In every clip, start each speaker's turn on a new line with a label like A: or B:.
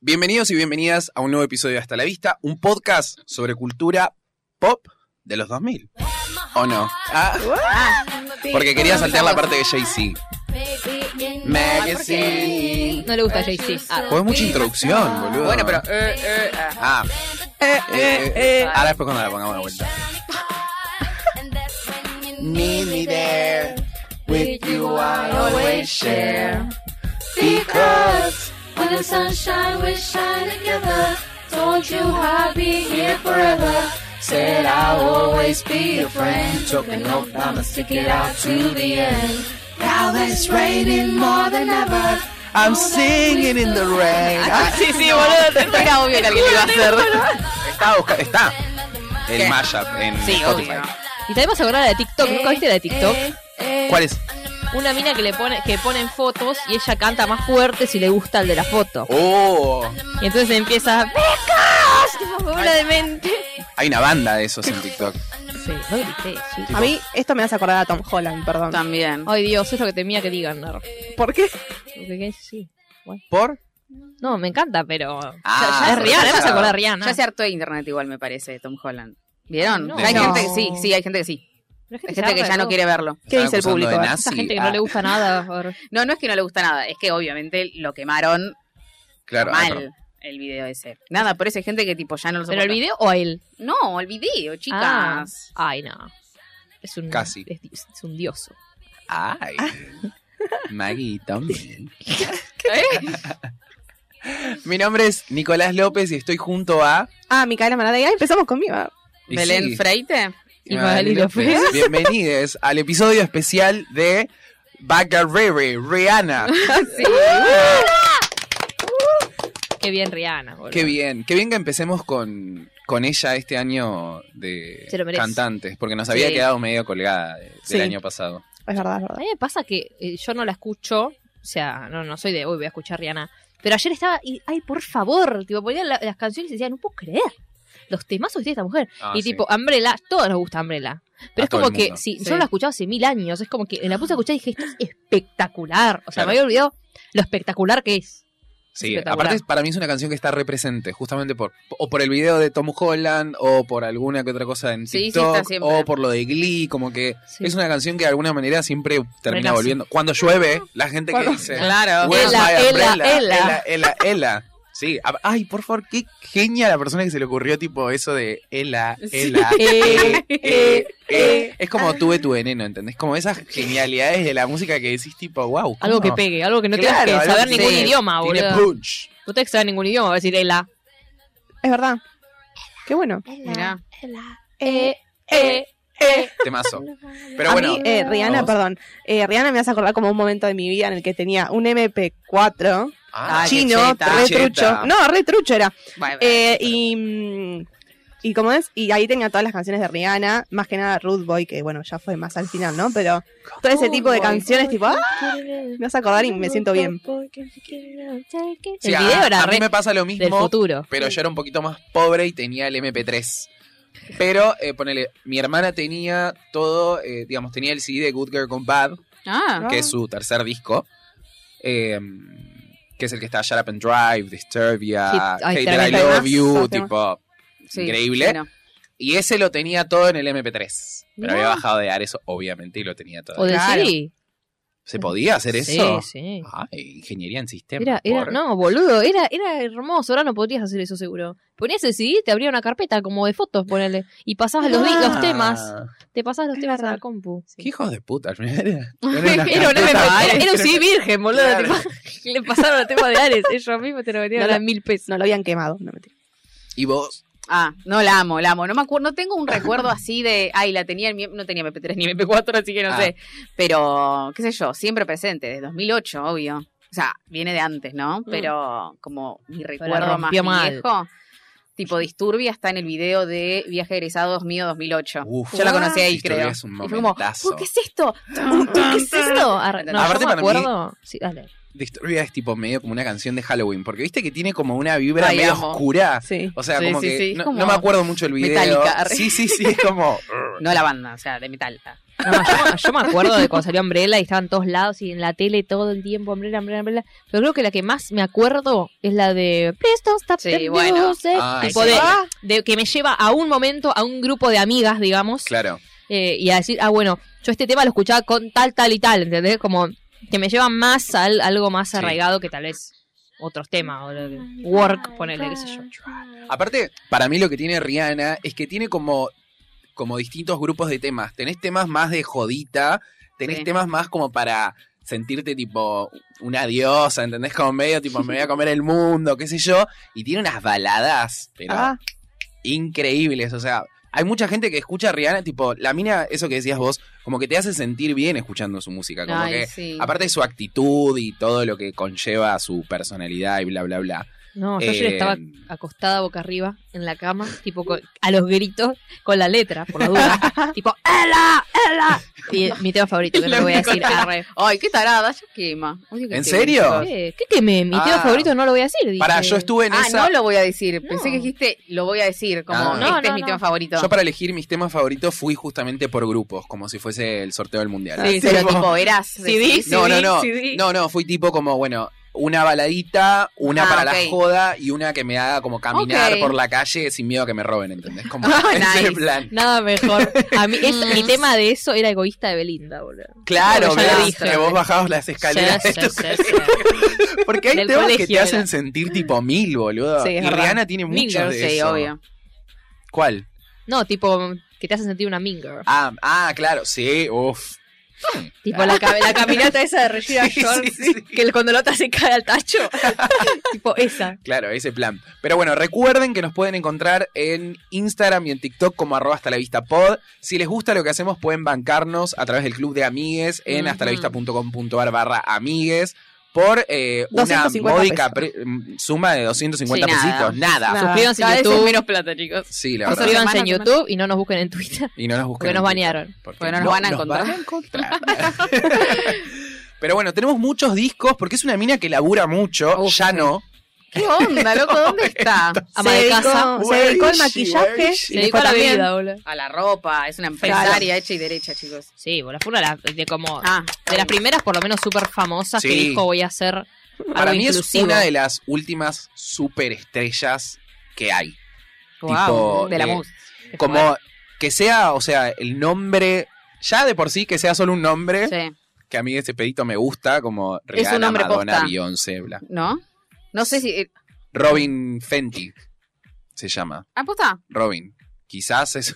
A: Bienvenidos y bienvenidas a un nuevo episodio de Hasta la Vista, un podcast sobre cultura pop de los 2000. ¿O no? Ah, porque quería saltear la parte de Jay-Z. Magazine.
B: No le gusta Jay-Z. Ah,
A: Pues mucha introducción, boludo.
C: Bueno, pero. eh, eh, ah.
A: Ah, eh, eh. ahora después cuando la pongamos de vuelta. Need me there, with you I always share.
D: Because when the sunshine we shine together, told you I'd be here forever. Said I'll always be your friend. Took an oath, I'ma stick it out to the end. Now it's raining more than ever.
A: I'm singing in the rain. Ah,
C: Sí, sí, boludo. Era obvio que alguien lo iba a hacer.
A: Está, busca- está. El
C: ¿Qué?
A: mashup en
C: Sí,
A: Spotify.
C: obvio.
B: Y también vas a acordar de la de TikTok. ¿Nunca viste la de TikTok?
C: Eh,
D: Eh,
A: ¿Cuál es?
B: Una mina que le pone, que ponen fotos y ella canta más fuerte si le gusta el de la foto.
A: Oh,
B: Y entonces empieza. ¡Becas! Tipo, como una demente.
A: hay una banda de esos en TikTok.
B: Sí, no grité,
E: A mí esto me hace acordar a Tom Holland, perdón.
C: También.
B: Ay Dios, es lo que temía que digan, Nar.
E: ¿Por qué?
B: Porque que- sí.
A: ¿Por?
B: No, me encanta, pero.
A: Ah,
B: ya, ya es
A: pero
B: Rihanna,
A: ya-
B: vas a acordar de Rihanna.
C: Ya se hartó de internet igual, me parece, Tom Holland. ¿Vieron?
B: No.
C: Hay
A: No.
C: gente que sí, sí, hay gente que sí.
B: Pero es
C: Hay
B: se
C: gente que
B: harta
C: ya
B: de
C: no
B: todo.
C: quiere verlo.
E: ¿Qué
A: Están
E: dice el
A: acusando
E: público?
A: de
E: Esta
B: Esa
A: nazi.
B: gente que no
A: Ah,
B: le gusta nada. por-
C: No, no es que no le gusta nada, es que obviamente lo quemaron
A: Claro, ah, perdón.
C: mal el video ese. Nada, por eso hay gente que tipo ya no lo
B: ¿Pero el
C: soporta.
B: video o a él?
C: No, el video, chicas.
B: Ah, ay, no. Es un.
A: Casi.
B: Es, es un dioso.
A: Ay. Maggie también.
C: ¿Eh?
A: Mi nombre es Nicolás López y estoy junto a
E: Ah, Micaela Manada. Y ahí empezamos conmigo.
A: Y
C: Belén
A: sí.
C: Freite.
B: Y Magali López.
A: Bienvenidos al episodio especial de Bagarere, Rihanna.
C: Sí.
B: Qué bien Rihanna, boludo.
A: Qué bien, qué bien que empecemos con, con ella este año de
B: Se lo merece.
A: cantantes, porque nos había
C: Sí.
A: quedado medio colgada de- del
E: Sí.
A: año pasado.
E: Es verdad, es
B: A
E: verdad.
B: mí me pasa que eh, yo no la escucho, o sea, no, no soy de hoy voy a escuchar Rihanna, pero ayer estaba, y, ay, por favor, tipo, ponían la- las canciones y decía, no puedo creer los temazos que tiene esta mujer.
A: Ah,
B: y
A: sí.
B: tipo, Umbrella, todos nos gusta Umbrella.
A: A
B: Pero es
A: todo
B: como
A: el
B: que,
A: mundo.
B: si
C: Sí.
B: yo la escuchaba hace mil años, es como que la puse a escuchar y dije, esto es espectacular. O sea,
A: Claro.
B: me había olvidado lo espectacular que es.
A: Sí,
B: espectacular.
A: aparte es- para mí es una canción que está represente, justamente por o por el video de Tom Holland o por alguna que otra cosa en
C: Sí, sí,
A: TikTok
C: está siempre.
A: o por lo de Glee, como que
B: Sí.
A: es una canción que de alguna manera siempre termina
B: Renace.
A: volviendo. Cuando llueve, la gente que dice
C: Claro.
A: "Where's
B: Ela,
A: my
B: ela,
A: umbrella?
B: ela".
A: ela, ela, ela". Sí, a- ay, por favor, qué genia la persona que se le ocurrió tipo eso de ela, ela. eh, eh, eh. Es como tuve tu veneno, ¿entendés? Como esas genialidades de la música que decís tipo, wow.
B: Algo que pegue, algo que no
A: Claro,
B: tengas que
A: algo
B: saber
A: que
B: ningún
A: tiene-
B: idioma,
A: Tiene
B: boludo.
A: punch.
B: No tenés que saber ningún idioma, va a decir Ela.
E: Es verdad. Qué bueno.
C: Mirá.
E: Eh,
A: Temazo. Pero bueno.
E: a mí, eh, Rihanna,
A: ¿Vos?
E: perdón. Eh, Rihanna me hace acordar como un momento de mi vida en el que tenía un MP4
A: Ah,
C: Ay, qué
E: chino,
C: cheta.
E: re
A: Cheta.
E: trucho. No, re trucho era.
C: Bueno,
E: Eh, y. mm, ¿Y cómo es? Y ahí tenía todas las canciones de Rihanna, más que nada Rude Boy, que bueno, ya fue más al final, ¿no? Pero todo ese tipo de canciones, tipo, ¡ah! Me hace acordar y me siento bien.
A: Sí,
B: el video
A: a,
B: era
A: a mí
B: re
A: me pasa lo
B: del
A: mismo,
B: futuro.
A: pero yo era un poquito más pobre y tenía el MP3. Pero, eh, ponele, mi hermana tenía todo, eh, digamos, tenía el CD de Good Girl Gone Bad,
C: ah,
A: que es su tercer disco, eh, que es el que está Shut Up and Drive, Disturbia,
B: Sí, ay,
A: Hate That I
E: tremendo.
A: Love You,
E: Temazo,
A: tipo,
C: sí,
A: increíble.
C: bueno.
A: Y ese lo tenía todo en el MP3. Pero
B: Mirá.
A: había bajado de Ares, obviamente, y lo tenía todo.
B: O de
E: Claro.
B: sí.
A: ¿Se podía hacer eso?
B: Sí, sí.
A: Ay, ingeniería en sistemas.
B: Era, era,
A: por-
B: no, boludo, era, era hermoso. Ahora no podrías hacer eso seguro. Ponías el CD, te abría una carpeta como de fotos, ponele. Y pasabas los, di- los
A: Ah.
B: temas. Te pasabas los
E: Es
B: temas a la
E: verdad.
B: compu.
A: ¿Qué hijos de puta? al final Era,
B: Era un,
A: carpeta.
B: MP3, era un CD virgen, boludo.
A: Claro.
B: tipo, le pasaron el tema de Ares. Ellos mismos te lo vendieron
E: No,
B: a mil pesos.
E: No lo habían quemado, no mentira.
A: Y vos.
C: Ah, no la amo, la amo. No me acuerdo, no tengo un recuerdo así de, ay, la tenía, en mi- no tenía MP3 ni MP4, así que no
A: Ah.
C: sé. Pero, qué sé yo, siempre presente, desde 2008, obvio. O sea, viene de antes, ¿no?
A: Mm.
C: Pero como mi recuerdo más
B: rompió mal.
C: viejo, tipo Disturbia está en el video de Viaje de Egresados mío 2008.
A: Uf.
C: Yo la conocí ahí,
A: Disturbia
C: creo.
A: es un
C: y fue como,
A: momentazo.
C: "Uh, ¿qué es esto?
B: ¿Qué es esto? Arre- No,
A: Aparte
B: yo me
A: para mí-
B: acuerdo. Sí, dale.
A: Disturbia es tipo medio como una canción de Halloween. Porque viste que tiene como una vibra
C: Ay,
A: medio
C: amo.
A: oscura.
E: Sí.
A: O sea,
C: Sí,
A: como
C: sí,
A: que.
C: sí, es
A: no,
C: como
A: no me acuerdo mucho el video.
C: metálica.
A: Sí, sí, sí. Es como.
C: No la banda, o sea, de metal.
B: No, yo, Ah, yo me acuerdo de cuando salió Umbrella y estaban todos lados y en la tele todo el tiempo Umbrella, Umbrella, Umbrella. Pero creo que la que más me acuerdo es la de Please don't stop
C: Sí,
B: the
C: bueno.
B: music",
A: Ah,
B: tipo
A: sí.
B: de- de que me lleva a un momento, a un grupo de amigas, digamos.
A: Claro.
B: eh, y a decir, ah, bueno, yo este tema lo escuchaba con tal, tal y tal, ¿entendés? Como que me lleva más a al- algo más
A: Sí.
B: arraigado que tal vez otros temas, o lo de work, ponele, qué sé yo.
A: Aparte, para mí lo que tiene Rihanna es que tiene como, como distintos grupos de temas. Tenés temas más de jodita, tenés
C: Sí.
A: temas más como para sentirte tipo una diosa, ¿entendés? Como medio tipo me voy a comer el mundo, qué sé yo. Y tiene unas baladas, pero
E: Ah,
A: increíbles. O sea, hay mucha gente que escucha a Rihanna, tipo, la mina, eso que decías vos, como que te hace sentir bien escuchando su música. Como
C: Ay,
A: que,
C: sí.
A: aparte de su actitud y todo lo que conlleva su personalidad y bla, bla, bla.
B: No, yo ayer
A: Eh,
B: estaba acostada boca arriba en la cama, tipo co- a los gritos, con la letra, por la duda. tipo, ¡Ela! ¡Ela! Y eh, mi tema favorito, que no lo voy a decir. arre.
C: Ay, qué tarada, ya quema. Odio que
A: ¿En
C: quemen,
A: serio?
C: chicos.
B: ¿Qué? ¿Qué quemé? Mi tema
A: Ah.
B: favorito no lo voy a decir.
A: Para,
B: dije.
A: yo estuve en
C: Ah,
A: esa.
C: no lo voy a decir.
B: No.
C: Pensé que dijiste, lo voy a decir. Como,
A: Ah.
C: este
A: No,
C: es
B: no,
C: mi
B: no.
C: tema favorito.
A: Yo para elegir mis temas favoritos fui justamente por grupos, como si fuese el sorteo del mundial.
C: Sí,
A: Tipo,
C: Ah, pero tipo, verás. decís,
A: no, no, no,
C: CD.
A: no, no, fui tipo como, bueno, una baladita, una
C: Ah,
A: para
C: ok.
A: la joda y una que me haga como caminar
C: Ok.
A: por la calle sin miedo a que me roben, ¿entendés? Como
C: Ah,
A: ese
C: nice.
A: plan.
B: Nada mejor. A mí, es, mi tema de eso era egoísta de Belinda, boludo.
A: Claro,
B: Porque ya
A: ¿ves?
B: lo dije.
A: que vos bajabas las escaleras.
B: Sí,
A: de
B: sí,
A: tu
B: sí,
A: casa.
B: sí.
A: Porque hay
B: Del
A: temas que
B: colegio
A: te hacen
B: era.
A: sentir tipo mil, boludo.
E: Sí,
A: y
E: es verdad.
A: Rihanna tiene
B: Mil,
A: muchos de
C: Sí,
A: eso.
C: obvio.
A: ¿Cuál?
B: No, tipo, que te hace sentir una mean girl.
A: Ah, ah, claro, sí, uff.
B: Tipo, la, ca- la caminata esa de Regina
A: Sí,
B: George,
A: sí, sí.
B: que el cuando la otra se cae al tacho. tipo, esa.
A: Claro, ese plan. Pero bueno, recuerden que nos pueden encontrar en Instagram y en TikTok como arroba hasta la vista pod. Si les gusta lo que hacemos, pueden bancarnos a través del club de amigues en
B: Ujú.
A: hasta la vista.com.ar barra amigues por eh, una
E: 250
A: módica
E: pesos.
A: pre- mm, suma de 250
C: Sí, nada.
A: pesitos. Nada.
E: Nada.
B: Suscríbanse
C: Cada
B: en
C: vez es
B: YouTube.
C: menos plata, chicos.
A: Sí, la
C: Cosas
A: verdad.
B: Suscríbanse en
C: Semana,
B: YouTube y no nos busquen en Twitter.
A: Y no nos busquen.
B: Porque
A: en TikTok,
B: nos banearon.
A: Porque
C: Porque no nos van a encontrar.
A: van a encontrar. Pero bueno, tenemos muchos discos porque es una mina que labura mucho.
B: Uf,
A: ya
B: sí.
A: no.
C: ¿Qué onda, loco? ¿Dónde está?
B: Ama
E: se
B: de
E: dedicó-
B: casa.
E: Se dedicó al
A: Where is she? Where
E: maquillaje.
A: is she?
B: Se dedicó a la
E: también.
B: vida, boludo.
C: A la ropa. Es una empresaria hecha y derecha, chicos.
B: Sí, boludo. Fue una de las- de como.
C: Ah,
B: De las primeras, por lo menos, súper famosas que
A: Sí.
B: dijo voy a hacer.
A: Para
B: algo
A: mí
B: inclusivo.
A: es una de las últimas superestrellas que hay.
C: wow,
A: tipo,
C: de la
A: eh,
C: música.
A: Como que sea, o sea, el nombre, ya de por sí que sea solo un nombre,
C: Sí.
A: que a mí ese pedito me gusta, como Rihanna,
C: nombre
A: Madonna,
C: posta.
A: Beyoncé, bla.
C: ¿No? No sé si. eh,
A: Robin Fenty se llama,
C: ¿Aposta?
A: Robin. Quizás es...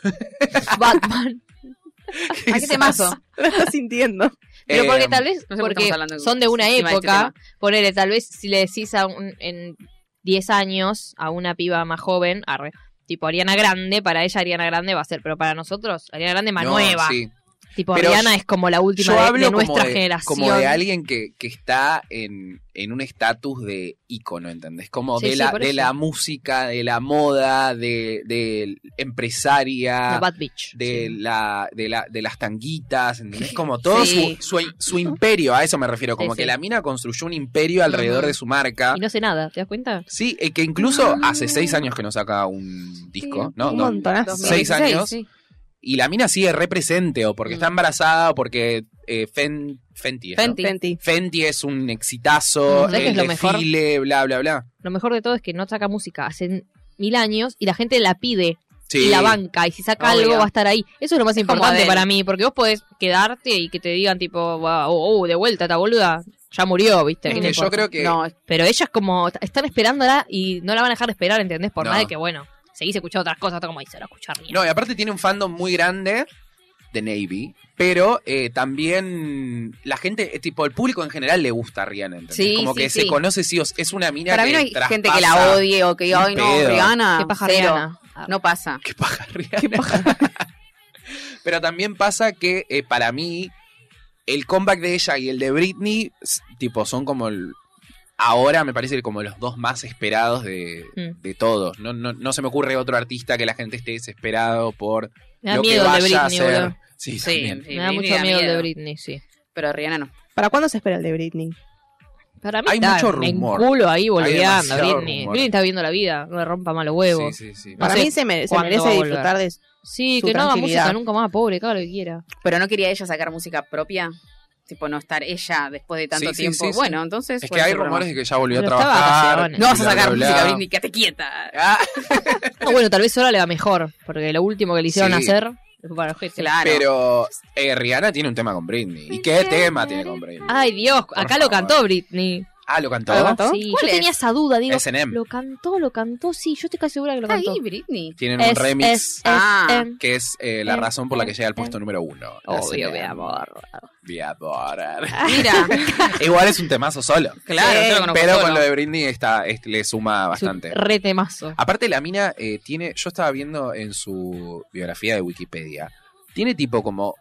B: Batman.
C: ¿A qué temazo?
E: Lo está sintiendo.
B: Pero
A: Eh,
B: porque tal vez
C: no sé por qué
B: porque
C: estamos hablando
B: son de una
C: encima de este
B: época,
C: tema.
B: ponele, tal vez si le decís a un, en 10 años a una piba más joven, arre, tipo Ariana Grande, para ella Ariana Grande va a ser, pero para nosotros Ariana Grande más
A: no,
B: nueva.
A: sí.
B: Tipo
A: Pero
B: Ariana es como la última
A: Yo
B: de-
A: hablo
B: de,
A: como,
B: nuestra
A: de,
B: generación.
A: como de alguien que, que está en, en un estatus de ícono, ¿entendés? Como
B: Sí,
A: de,
B: sí,
A: la,
B: por
A: de
B: eso.
A: la música, de la moda, de, de empresaria,
B: Una bad bitch.
A: de,
B: sí.
A: la, de, la, de las tanguitas, ¿entendés? Como todo
C: Sí.
A: su, su, su imperio, a eso me refiero, como
B: Sí,
A: que
B: sí.
A: la mina construyó un imperio alrededor
B: Ujú.
A: de su marca.
B: Y no Ah. sé nada, ¿te das cuenta?
A: Sí, eh, que incluso hace seis años que no saca un disco, ¿no?
E: Un
A: Dos.
E: montonazo.
C: 2016,
A: Seis años.
C: sí.
A: Y la mina sigue represente, o porque
C: Mm.
A: está embarazada, o porque eh, Fen- Fenty, es, ¿no?
C: Fenty.
E: Fenty.
A: Fenty es un exitazo,
B: Mm, ¿sabés qué
A: el
B: es lo mejor?
A: desfile, bla, bla, bla.
B: Lo mejor de todo es que no saca música hace mil años y la gente la pide
A: Sí. Ah,
B: y la banca y si saca
C: Obvio.
B: algo va a estar ahí. Eso es lo más
C: como
B: importante
C: Adele.
B: para mí, porque vos podés quedarte y que te digan tipo, "Wow, oh, oh, de vuelta, esta boluda ya murió, viste.
A: Es
B: ¿Qué
A: que
B: te
A: yo
B: importa?".
A: creo que
C: No,
B: Pero ella es como, t- están esperándola y no la van a dejar esperar, ¿entendés? Por
A: No.
B: nada de que, bueno, seguís escuchando otras cosas, todo como dice, no escuchar ni.
A: No, y aparte tiene un fandom muy grande de Navy, pero eh, también la gente, eh, tipo, el público en general le gusta a Rihanna, ¿entendés?
C: Sí,
A: Como
C: sí,
A: que
C: sí.
A: se conoce, sí, o- es una mina
C: para
A: que
C: mí no hay
A: traspasa-
C: gente que la odie o que diga,
A: Ni
C: ay, no,
A: pedo.
C: Rihanna.
B: ¿Qué paja,
C: cero".
B: Rihanna?
C: No pasa.
A: Qué paja, Rihanna. pero también pasa que eh, para mí el comeback de ella y el de Britney, s- tipo, son como el- Ahora me parece como los dos más esperados de,
B: Mm.
A: de todos. No, no, no se me ocurre otro artista que la gente esté desesperado por
B: Me da
A: lo que
B: miedo el
A: vaya
B: de
A: a
B: Britney,
A: hacer.
B: boludo.
A: Sí,
C: Sí,
A: también.
C: sí,
B: Me da
C: Britney
B: mucho miedo el de Britney, sí.
C: Pero Rihanna no.
E: ¿Para cuándo se espera el de Britney?
B: Para mí
A: Hay
B: está
A: mucho
B: en
A: rumor.
B: culo ahí boludeando.
A: demasiado
B: Britney.
A: rumor.
B: Britney está viendo la vida, no le rompa malos huevos. Sí,
A: Sí, sí, sí.
E: Para
B: sé
E: mí se, mere- se
B: cuándo
E: merece
B: va a
E: disfrutar de eso. Su
B: que no haga
E: tranquilidad.
B: música nunca más, pobre, cada lo que quiera.
C: Pero no quería ella sacar música propia. Tipo, no estar ella después de tanto
A: Sí, sí,
C: tiempo.
A: sí, sí.
C: bueno, entonces.
A: Es que
C: bueno,
A: hay
C: ese programa.
A: rumores de que ya volvió a
B: Pero está
A: trabajar.
B: vacaciones.
C: No vas a
A: bla,
C: sacar
A: bla, bla.
C: música, Britney, quédate quieta.
A: Ah,
B: No, bueno, tal vez sola le va mejor, porque lo último que le hicieron
A: Sí.
B: hacer fue para el ojete.
C: Claro.
A: Pero eh, Rihanna tiene un tema con Britney. ¿Y qué tema tiene con Britney?
B: Ay, Dios, acá lo
A: favor.
B: cantó Britney.
A: Ah, lo cantó.
E: ¿Lo cantó?
B: Sí, yo
C: ¿Cuál
B: tenía
C: es?
B: esa duda, digo,
A: S&M.
B: lo cantó, lo cantó, sí, yo estoy casi segura que lo
C: Está
B: cantó.
C: ahí, Britney.
A: Tienen un
B: Es-
A: remix
B: es- es-
C: Ah.
B: em,
A: que es eh, la
B: Eh,
A: razón por la que
B: eh,
A: llega al
B: eh.
A: puesto número uno.
B: Obvio,
A: S&M.
B: mi amor.
A: Mi amor.
B: Ah.
C: Mira,
A: Igual es un temazo solo.
C: Ah. claro, yo lo conozco
A: Pero
C: solo.
A: con lo de Britney está, es- le suma
B: Es un
A: bastante. Ah,
B: Re temazo.
A: Aparte, la mina eh, tiene. Yo estaba viendo en su biografía de Wikipedia. Tiene tipo como.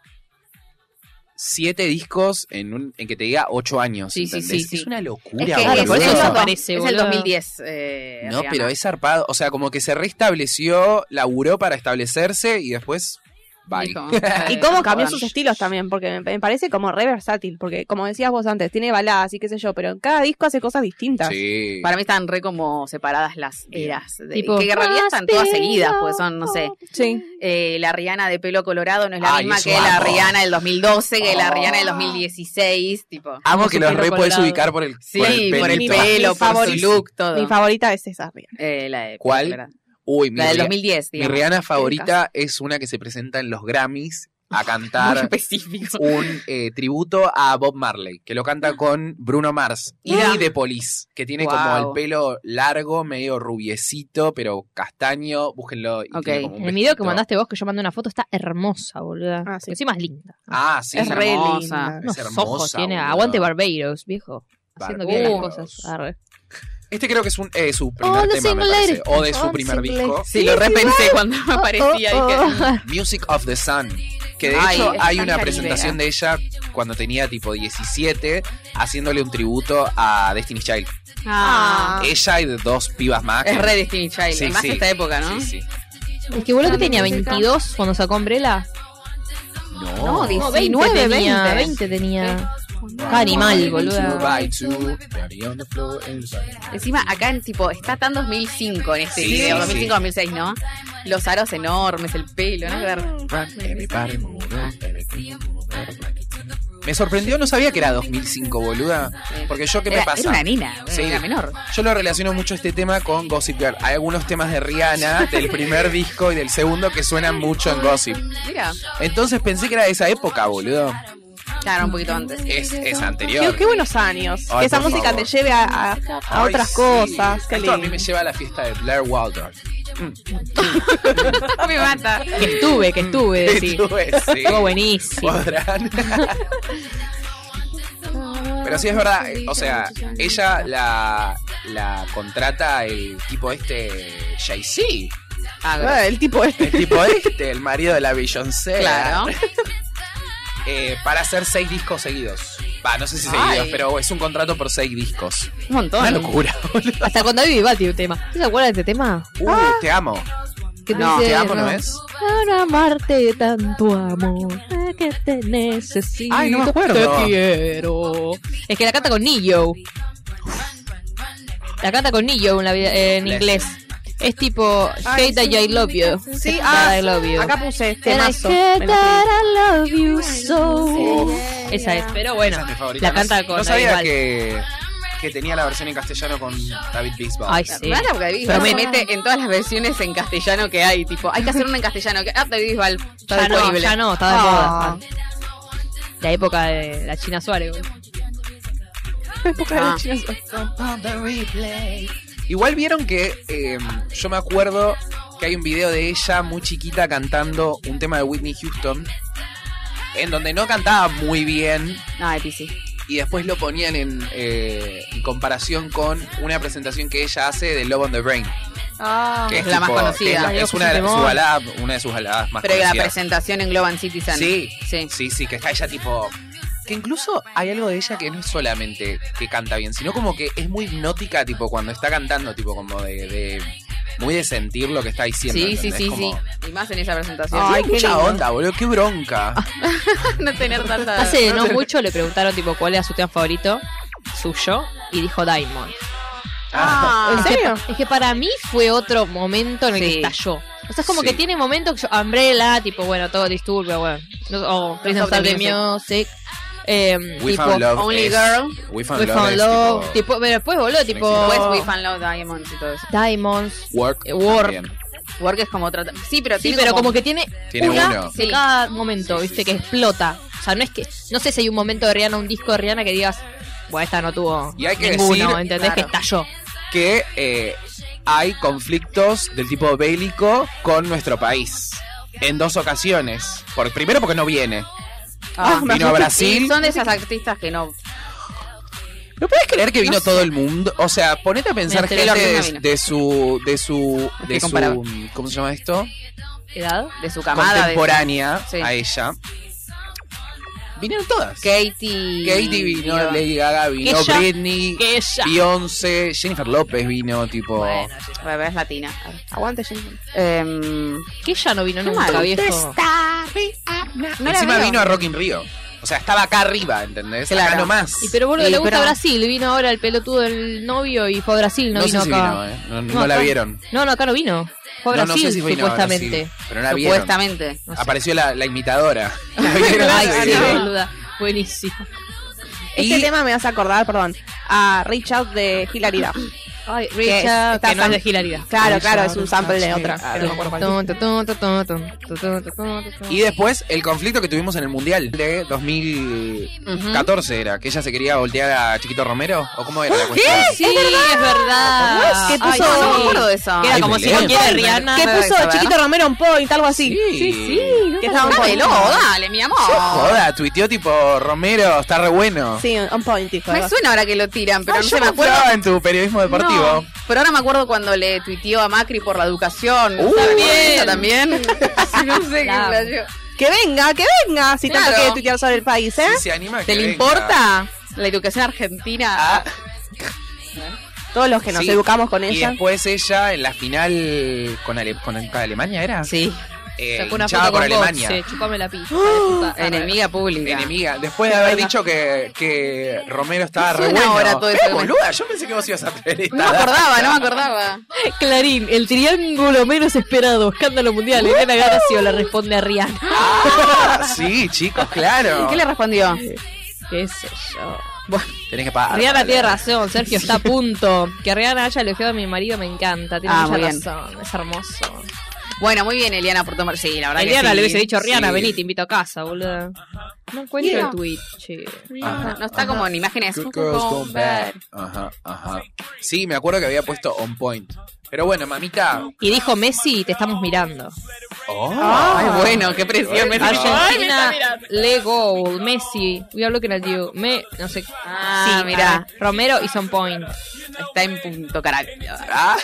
A: Siete discos en, un, en que te diga ocho años.
C: Sí, sí,
A: ¿entendés?
C: sí, sí.
A: Es una locura.
B: Es que-
C: Ah,
A: boludo.
B: es- por eso
C: boludo.
B: desaparece,
C: Es el
B: boludo.
C: 2010. eh,
A: No,
C: Rihanna.
A: pero es zarpado. O sea, como que se restableció, laburó para establecerse y después. Bye.
C: Dijo,
E: Y
C: eh,
E: cómo cambió
C: jodan.
E: sus estilos también, porque me- me parece como re versátil, porque como decías vos antes, tiene baladas y qué sé yo, pero en cada disco hace cosas distintas.
A: Sí.
C: Para mí están re como separadas las
A: Bien.
C: eras. de-
B: Tipo,
C: que en realidad están todas
B: "Aspiro".
C: seguidas, pues son, no sé.
E: Sí.
C: eh, la Rihanna de pelo colorado no es la
A: Ay,
C: misma
A: eso
C: que la
A: amo.
C: Rihanna del 2012, que la
A: Oh.
C: Rihanna del 2016, tipo.
A: Amo que
B: su
A: los
B: pelo
A: re puedes
B: colorado.
A: ubicar por el,
C: Sí, por el,
A: pelito.
C: pelo,
E: Mi
C: por su
E: favorita.
C: look, todo.
E: Mi favorita es esa Rihanna.
C: Eh, la de pelo
A: ¿Cuál?
C: colorado.
A: Uy, mi,
C: La del
A: Ria-
C: 2010,
A: mi
C: digamos. este
A: Rihanna favorita es una que se presenta en los Grammys a
C: Muy
A: cantar
C: específico.
A: un eh, tributo a Bob Marley, que lo
C: Mm.
A: canta con Bruno Mars y
C: Mira.
A: The Police, que tiene
C: Guau.
A: como el pelo largo, medio rubiecito, pero castaño. Búsquenlo. Y
C: Ok.
A: tiene como un
B: En el video que
A: vestidito.
B: mandaste vos, que yo mandé una foto, está hermosa, boludo.
E: Ah, sí.
B: Encima es linda. Ah,
A: Ah, sí.
E: es re
C: hermosa.
E: linda.
A: Es
B: Unos
A: hermosa,
B: ojos tiene.
A: boluda.
B: Aguante Barbados, viejo. Haciendo que las
A: Barbados.
B: cosas. Arre.
A: Este creo que es un, eh, su
C: Oh,
B: All
A: primer
B: the
A: tema, me
B: single
A: parece,
B: ladies.
A: o de su
B: All
A: primer
B: single
A: disco.
B: ladies.
C: Sí, lo repensé cuando me aparecía.
B: Oh,
C: dije,
B: oh, oh.
A: Music of the Sun. Que de
C: Ay,
A: hecho
C: es
A: hay
C: tan
A: una
C: caribeña.
A: presentación de ella cuando tenía tipo 17 haciéndole un tributo a Destiny's Child.
C: ah,
A: Ella y dos pibas más.
C: es
A: que-
C: re Destiny Child,
A: Sí,
C: más
A: sí.
C: esta época, ¿no?
A: Sí, sí.
B: Es que boludo que tenía 22 cuando sacó Umbrella.
A: No.
C: No, dice-
B: No,
C: 19,
B: 20 tenía.
C: 20.
B: 20, tenía.
A: Cada
B: animal, boluda.
C: Encima, acá en tipo, está tan 2005 en este
A: Sí,
C: video,
A: sí.
C: 2005-2006, ¿no? Los aros enormes, el pelo, ¿no? Ver.
A: Me sorprendió, no sabía que era 2005, boluda. Porque yo, ¿qué me
C: Era-
A: pasa?
C: Era una nena,
A: Sí.
C: era menor.
A: Yo lo relaciono mucho este tema con Gossip Girl. Hay algunos temas de Rihanna del primer disco y del segundo que suenan mucho en Gossip.
C: Mira,
A: Entonces pensé que era de esa época, boludo.
C: claro, un poquito antes.
A: Es, es
E: Qué,
A: anterior.
E: qué buenos años.
A: Ay,
E: que esa
A: por
E: música
A: favor.
E: te lleve a, a- a
A: Ay,
E: otras
A: sí.
E: cosas. Qué
A: Esto a mí
E: lindo.
A: me lleva a la fiesta de Blair Waldorf.
C: Me mata.
B: Que estuve, que estuve, decís.
A: Tú ves, sí.
B: Estuvo buenísimo.
A: Podrán. Pero sí es verdad, eh, o sea, ella la, la contrata el tipo este, Jay-Z.
C: Ah, grosso.
E: Ah, el tipo este.
A: El tipo este, el marido de la Beyoncé.
C: Claro.
A: eh, para hacer seis discos seguidos. Va, no sé si
C: Ay.
A: seguidos, pero es un contrato por seis discos.
C: Un montón.
A: Una locura, boludo.
B: Hasta cuando David Bati un tema. ¿Tú te acuerdas de este tema?
A: Uh, te amo.
B: Que
C: No,
A: Te amo, ¿no es?
B: Para amarte tanto amor eh, que te necesito.
A: Ay, no me acuerdo.
B: Te quiero. Es que la canta con Nillo. La canta con Nillo en, la vida- eh, en
A: Bless.
B: inglés. Es tipo Hate that I love you.
E: Sí,
B: Hate
E: ah,
B: that I love you.
E: Acá puse este
B: And I
E: mazo.
B: hate that I love you so. Esa es, pero bueno,
A: Esa es mi favorita.
B: la
A: No-
B: canta con
A: No sabía
B: David Bati.
A: que, que tenía la versión en castellano con David Bisbal.
B: Ay, sí.
C: Rara, porque David Bisbal
B: Pero
C: se
B: me-
C: mete en todas las versiones en castellano que hay. Tipo, hay que hacer una en castellano. Que, ah, David Bisbal está
B: Ya no,
C: disponible.
B: ya no, está de moda.
E: Ah.
B: La época de la China Suárez. boludo.
C: Ah.
A: Igual vieron que eh, yo me acuerdo que hay un video de ella muy chiquita cantando un tema de Whitney Houston, en donde no cantaba muy bien
C: Ay, Pisi.
A: y después lo ponían en, eh, en comparación con una presentación que ella hace de Love on the Brain.
E: Ah.
A: que
C: Ah. es la más conocida.
A: que es la-
C: Ay,
A: es,
C: Dios,
A: una, de
C: es un
A: las- su
C: temón.
A: balada- una de sus baladas más
C: Pero la
A: conocidas.
C: presentación en Globan Citizen.
A: Sí,
C: Sí.
A: sí, sí, que está ella tipo... Que incluso hay algo de ella que no es solamente que canta bien, sino como que es muy hipnótica, tipo, cuando está cantando, tipo, como de... de- muy de sentir lo que está diciendo.
C: Sí, sí,
A: ¿entendés?
C: sí,
A: Como-
C: sí. Y más en esa presentación.
A: Ay,
E: qué
A: mucha
E: lindo.
A: onda, boludo, qué bronca.
C: Ah, no tener tanta.
A: Ah,
B: Hace no mucho le preguntaron tipo cuál era su tema favorito suyo y dijo Diamond.
C: Ah,
B: Es que- Es que para mí fue otro momento en el
C: Sí.
B: que estalló. O sea, es como
A: Sí.
B: que tiene momentos que yo, Umbrella, tipo, bueno, todo disturbio, bueno. no- O Prince of
C: of the
B: the Music. em,
A: We
B: tipo,
A: Found Love
C: Only
A: es-
C: Girl,
A: We Found
B: We
A: Love,
B: Found
A: es
B: Love.
A: tipo,
B: Tipo, pero después, boludo, tipo.
A: Flexi-
C: West We Found Love Diamonds y todo eso.
B: Diamonds.
A: Work,
B: Eh, Work.
A: también.
C: Work es como otra. Sí, pero
B: Sí,
C: tiene
B: pero como que tiene,
A: Tiene
B: una
A: uno.
B: de
C: Sí.
B: cada momento, viste, que explota. O sea, no es que. No sé si hay un momento de Rihanna, un disco de Rihanna que digas, bueno, esta no tuvo
A: Y hay que
B: ninguno,
A: decir-
B: ¿entendés?
C: Claro.
B: Que estalló.
A: que eh, hay conflictos del tipo bélico con nuestro país. En dos ocasiones. Por, primero porque no viene.
C: Ah,
E: me
A: Vino a
E: asusté.
A: Brasil.
C: Y son de esas artistas que no.
A: ¿No puedes creer que vino todo el mundo? O sea, ponete a pensar
C: enteré,
A: gente
C: Argentina
A: de,
C: vino.
A: de su. de su. de
C: Qué
A: su.
C: comparaba.
A: ¿Cómo se llama esto?
B: ¿Edad?
C: De su camada. de-
A: Contemporánea
C: Sí.
A: a ella. Vinieron todas.
C: Katie.
A: Katie vino, Lady Gaga vino,
B: Ella.
A: Britney,
B: Que ella.
A: Beyoncé, Jennifer López vino, tipo.
B: Bueno,
C: Bebé es latina.
E: Aguante, Jensen.
C: Em,
B: que ella no vino nunca,
C: mal.
B: viejo.
C: no la
A: Encima
C: veo.
A: vino a Rock in Río. O sea, estaba acá arriba, ¿entendés? Acá
C: Claro.
A: nomás.
B: Y pero boludo,
C: Sí,
B: le gusta
C: pero-
B: Brasil, vino ahora el pelotudo del novio y fue a Brasil, no,
A: no sé
B: vino
A: si
B: acá.
A: vino, ¿eh? No, no
B: No,
A: la
B: acá.
A: vieron.
B: No, no, acá no vino. Fue a
A: No,
B: Brasil,
A: no sé si vino a
B: supuestamente.
A: Brasil, pero no la vieron.
C: Supuestamente.
B: No sé.
A: Apareció la, la imitadora. La vieron
B: Ay,
A: ese
B: sí,
A: día.
B: boluda. Buenísimo.
E: Este
A: Y-
E: tema me hace acordar, perdón, a Richard de Hilaridad.
B: Ay,
E: Que es-
B: Richard,
E: está
B: que no es
E: Sam-
B: de Hilaridad.
E: Claro, claro, es un sample de otra.
A: Ah,
E: que no me acuerdo cuál es.
B: Tum, tum, tum, tum, tum, tum, tum, tum, tum, tum.
A: Y después el conflicto que tuvimos en el Mundial de 2014 era, que ella se quería voltear a Chiquito Romero, o cómo era la cuestión.
B: Sí, es verdad.
E: Eh, ¿Qué
B: Ay,
E: puso-
B: sí.
C: no, no me acuerdo de eso.
B: Que era
A: Ay,
B: como si
A: Belén.
B: no quiere Rihanna.
E: ¿Qué
C: Nada
E: puso
C: de eso,
E: Chiquito Romero un point? Algo así.
A: Sí, sí.
E: Que estaba un point.
C: Dámelo, dale, mi amor.
A: Joda, tuiteó tipo Romero, está re bueno.
E: Sí, un point, dijo.
C: Me suena ahora que lo tiran,
A: Ah,
C: pero no
A: yo
C: se me acuerdo.
A: confiaba en tu periodismo deportivo.
C: No, pero ahora me acuerdo cuando le tuiteó a Macri por la educación.
A: Uh,
C: ¿Saben
A: bien.
C: eso también? Sí, no sé qué
B: Claro.
C: flasheó.
E: Que venga, que venga, si tanto
C: Claro.
E: quiere tuitear sobre el país, ¿eh?
A: Sí, se anima a
C: ¿Te
A: que
C: le
A: venga.
C: importa la educación argentina?
A: Ah,
E: Todos los que nos
A: Sí.
E: educamos con
A: y
E: ella.
A: después ella en la final con, Ale- con, con Alemania, ¿era?
C: sí,
A: Eh,
B: Sacó una
A: hinchaba
B: foto
A: por
B: con
A: Alemania.
B: Gotze, chupame la pija.
C: enemiga pública.
A: Enemiga, después de haber dicho que, que Romero estaba
C: Me
A: re
C: suena
A: bueno.
C: ahora todo eso
A: Eh,
C: que me-
A: boluda, yo pensé que vos ibas a tener esta
C: No me acordaba, no me acordaba.
B: Clarín, el triángulo menos esperado, escándalo mundial. Elena Garacio le responde a Rihanna.
A: data. Sí, chicos, claro.
C: ¿Y qué le respondió?
B: ¿Qué sé yo?
A: Tenés que
C: Ah,
A: pagar.
B: Rihanna
A: vale.
B: tiene razón, Sergio está a punto. Que Rihanna haya elogiado a mi marido me encanta, tiene
C: Ah, muy
B: mucha
C: bien.
B: razón, es hermoso.
C: Bueno, muy bien, Eliana, por tomar. Sí, la verdad que
B: Eliana
C: sí.
B: le hubiese dicho, Rihanna,
A: sí.
B: vení, te invito a casa, boluda. No encuentro
C: Mira.
B: el tweet, che.
A: Ajá,
C: No está
A: ajá.
C: como en imágenes.
A: Good girls don't bad. Ajá, ajá. Sí, me acuerdo que había puesto on point. Pero bueno, mamita.
B: Y dijo Messi, te estamos mirando.
A: Oh,
C: Ah, Ay, bueno, qué presión. me tiró.
B: Argentina, Le Goal, Messi, we are looking at you, me, no sé.
C: Ah, mirá.
B: Romero y Son Point.
C: Está en punto, caray.
A: Ah,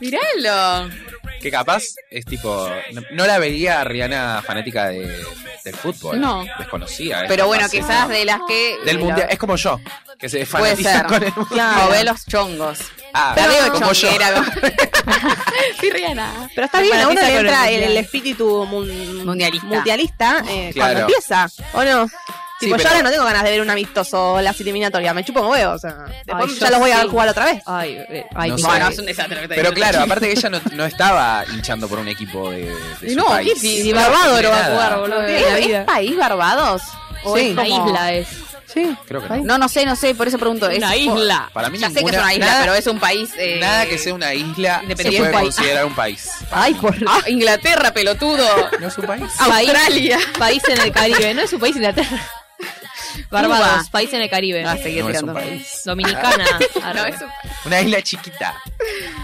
C: Míralo.
A: que capaz es tipo. No, no la veía a Rihanna fanática de, del fútbol.
C: No.
A: Desconocía. eh,
C: Pero bueno,
A: capaz,
C: quizás
A: eh,
C: de las que.
A: Del mundial. Es como yo, que se
C: Puede
A: fanatiza
C: ser.
A: con el mundial.
C: O ve los chongos.
A: Ah,
C: La veo
A: como yo.
C: chonguera.
E: Pero está bien, a
B: Fanatiza
E: uno le
B: con el
E: entra el,
B: mundial.
E: el espíritu mun-
C: Mundialista.
E: mundialista, eh,
A: Claro.
E: cuando empieza, ¿o no?
A: Sí,
E: tipo,
A: pero-
E: yo ahora no tengo ganas de ver un amistoso las eliminatorias, me chupo un huevo, o sea, después
B: yo
E: ya los voy a
B: sí.
E: ver jugar otra vez.
B: Ay, eh, ay,
A: No
B: mi
A: sé.
B: madre.
C: Bueno, es un desastre. lo que está
A: Pero
C: diciendo.
A: claro, aparte que ella no, no estaba hinchando por un equipo de, de su
C: No,
A: país.
C: ¿qué- si
A: No
B: Barbado
A: tiene
B: lo va a
A: nada.
B: jugar, boludo.
C: ¿Es,
B: en la
C: es
B: vida.
C: país Barbados? ¿O
E: Sí.
C: es
B: Una
C: como-
B: isla es.
E: Sí.
A: Creo que no.
C: No, no sé, no sé, por eso pregunto. Es
B: Una isla.
A: Para mí
C: ya sé que es
A: ninguna-
C: una isla,
A: nada-
C: pero es un país. eh,
A: Nada que sea una isla se puede
C: independiente. Es un país.
A: considerar un país.
B: Ay, por
C: Ah, Inglaterra, pelotudo.
A: No es un país.
B: Ah,
C: Australia.
B: País en el Caribe, no es un país Inglaterra. Barbados, país en el Caribe.
C: No, seguí
A: No es un
C: tirando.
A: país.
B: Dominicana.
C: Ah, No,
B: arre.
C: es un país.
A: Una isla chiquita.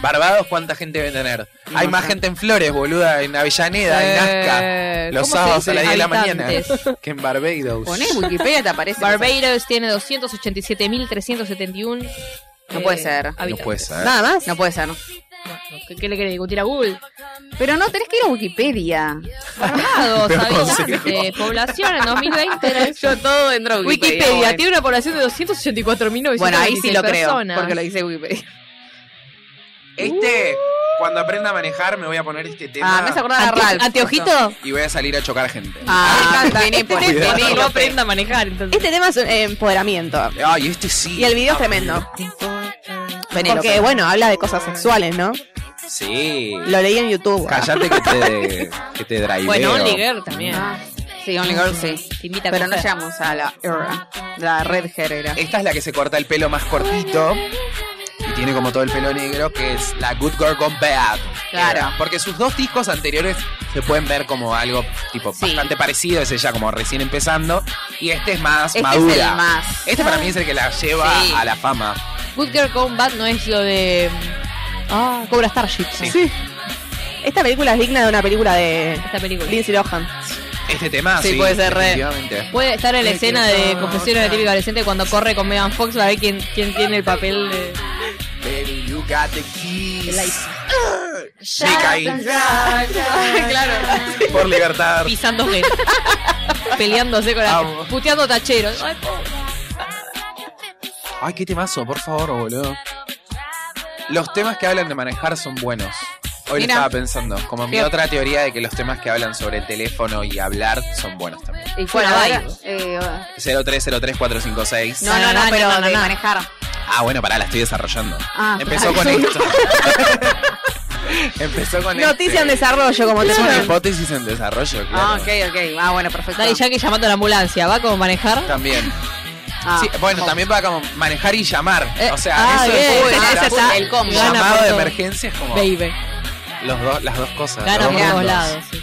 A: Barbados, ¿cuánta gente deben tener? Hay más gente en Flores, boluda, en Avellaneda, en
B: Eh,
A: Nazca, los
B: ¿cómo se
A: sábados a las 10
B: dice?
A: de la mañana,
B: Habitantes.
A: que en Barbados.
C: Ponés Wikipedia, te aparece.
B: Barbados tiene 287.371.
C: No
B: eh,
C: puede ser. No
A: No
B: habitantes.
A: puede ser.
E: Nada más.
C: No puede ser, ¿no?
B: Bueno, ¿Qué, qué le querés discutir a Google?
C: Pero no, tenés que ir a Wikipedia.
B: Barbados,
A: Pero
B: habitantes,
A: consejo.
B: población en 2020. era-
C: Yo todo dentro de Wikipedia.
B: Wikipedia
C: bueno.
B: tiene una población de 284.926
C: Bueno, ahí sí lo creo.
B: personas.
C: Porque lo dice Wikipedia.
A: Este cuando aprenda a manejar me voy a poner este tema
C: Uh. Ah, me hace acordar a
B: Ante-
C: Ralph.
B: ¿Anteojito?
A: y voy a salir a chocar gente.
C: Ah,
E: encanta.
C: vení, por-
A: Este tema
C: vení,
A: no
C: lo sé.
B: a manejar, entonces.
E: Este tema es eh, empoderamiento.
A: Ay, este sí.
E: Y el video es tremendo.
C: Penélope.
E: Porque, bueno, habla de cosas sexuales, ¿no?
A: Sí.
E: Lo leí en YouTube.
A: Callate que te, que te driveo.
B: Bueno, Only Girl también.
C: Ah, sí, Only Girl sí.
B: Te invita a
C: Pero no
B: coger.
C: llegamos a la era. La Red Hair era.
A: Esta es la que se corta el pelo más cortito y tiene como todo el pelo negro, que es la Good Girl Gone Bad.
C: Claro.
A: Era. Porque sus dos discos anteriores se pueden ver como algo tipo
C: Sí.
A: bastante parecido, es ella como recién empezando y este es más
C: Este
A: madura.
C: es el más. Ah.
A: Este para mí es el que la lleva
C: Sí.
A: a la fama.
B: Good Girl Gone Bad no es lo de. Ah, Cobra Starship. ¿no?
A: Sí.
E: Sí. Esta película es digna de una película de
B: Esta película.
E: Lindsay Lohan.
A: Este tema
C: Sí,
A: sí,
C: puede ser re.
A: definitivamente.
B: Puede estar en la
C: Ay,
B: escena
C: qué
B: de
C: cosa.
B: Confesiones de típico adolescente cuando corre con Megan Fox para ver quién, quién tiene el papel de.
A: Baby, you got the keys.
B: La
A: Sí, caí
B: claro.
A: por libertad.
B: Pisando gente. Peleándose con la.
A: Vamos.
B: Puteando tacheros. Ay,
A: Ay, qué temazo, por favor, boludo. Los temas que hablan de manejar son buenos. Hoy lo
C: Mira.
A: estaba pensando, como mi
C: Bien.
A: otra teoría de que los temas que hablan sobre el teléfono y hablar son buenos también.
C: Y
B: Bueno,
C: ahora,
B: bye.
C: eh,
B: Sí.
A: 0303456.
C: no, no, no,
B: No,
C: pero
B: no, no,
C: de
B: no.
C: manejar.
A: Ah, bueno, pará, la estoy desarrollando.
C: Ah.
A: Empezó con esto. Empezó con esto.
E: Noticia en desarrollo, como te
A: Es una
E: ponen.
A: hipótesis en desarrollo, claro.
C: Ah, ok, ok. Ah, bueno, perfecto.
B: Daddy Yankee llamando a la ambulancia. ¿Va como manejar?
A: También.
C: Ah,
A: Sí, bueno,
C: como-
A: también va como manejar y llamar.
B: Eh,
A: o sea,
B: ah,
A: eso
B: bien,
A: es
B: esa está-
C: el combo.
B: gana
A: llamado
B: por
A: de
B: todo.
A: emergencia es como
B: Baby.
A: los dos, las dos cosas.
B: Gana
A: los
B: por
A: dos
B: todos
A: mundos.
B: lados. sí.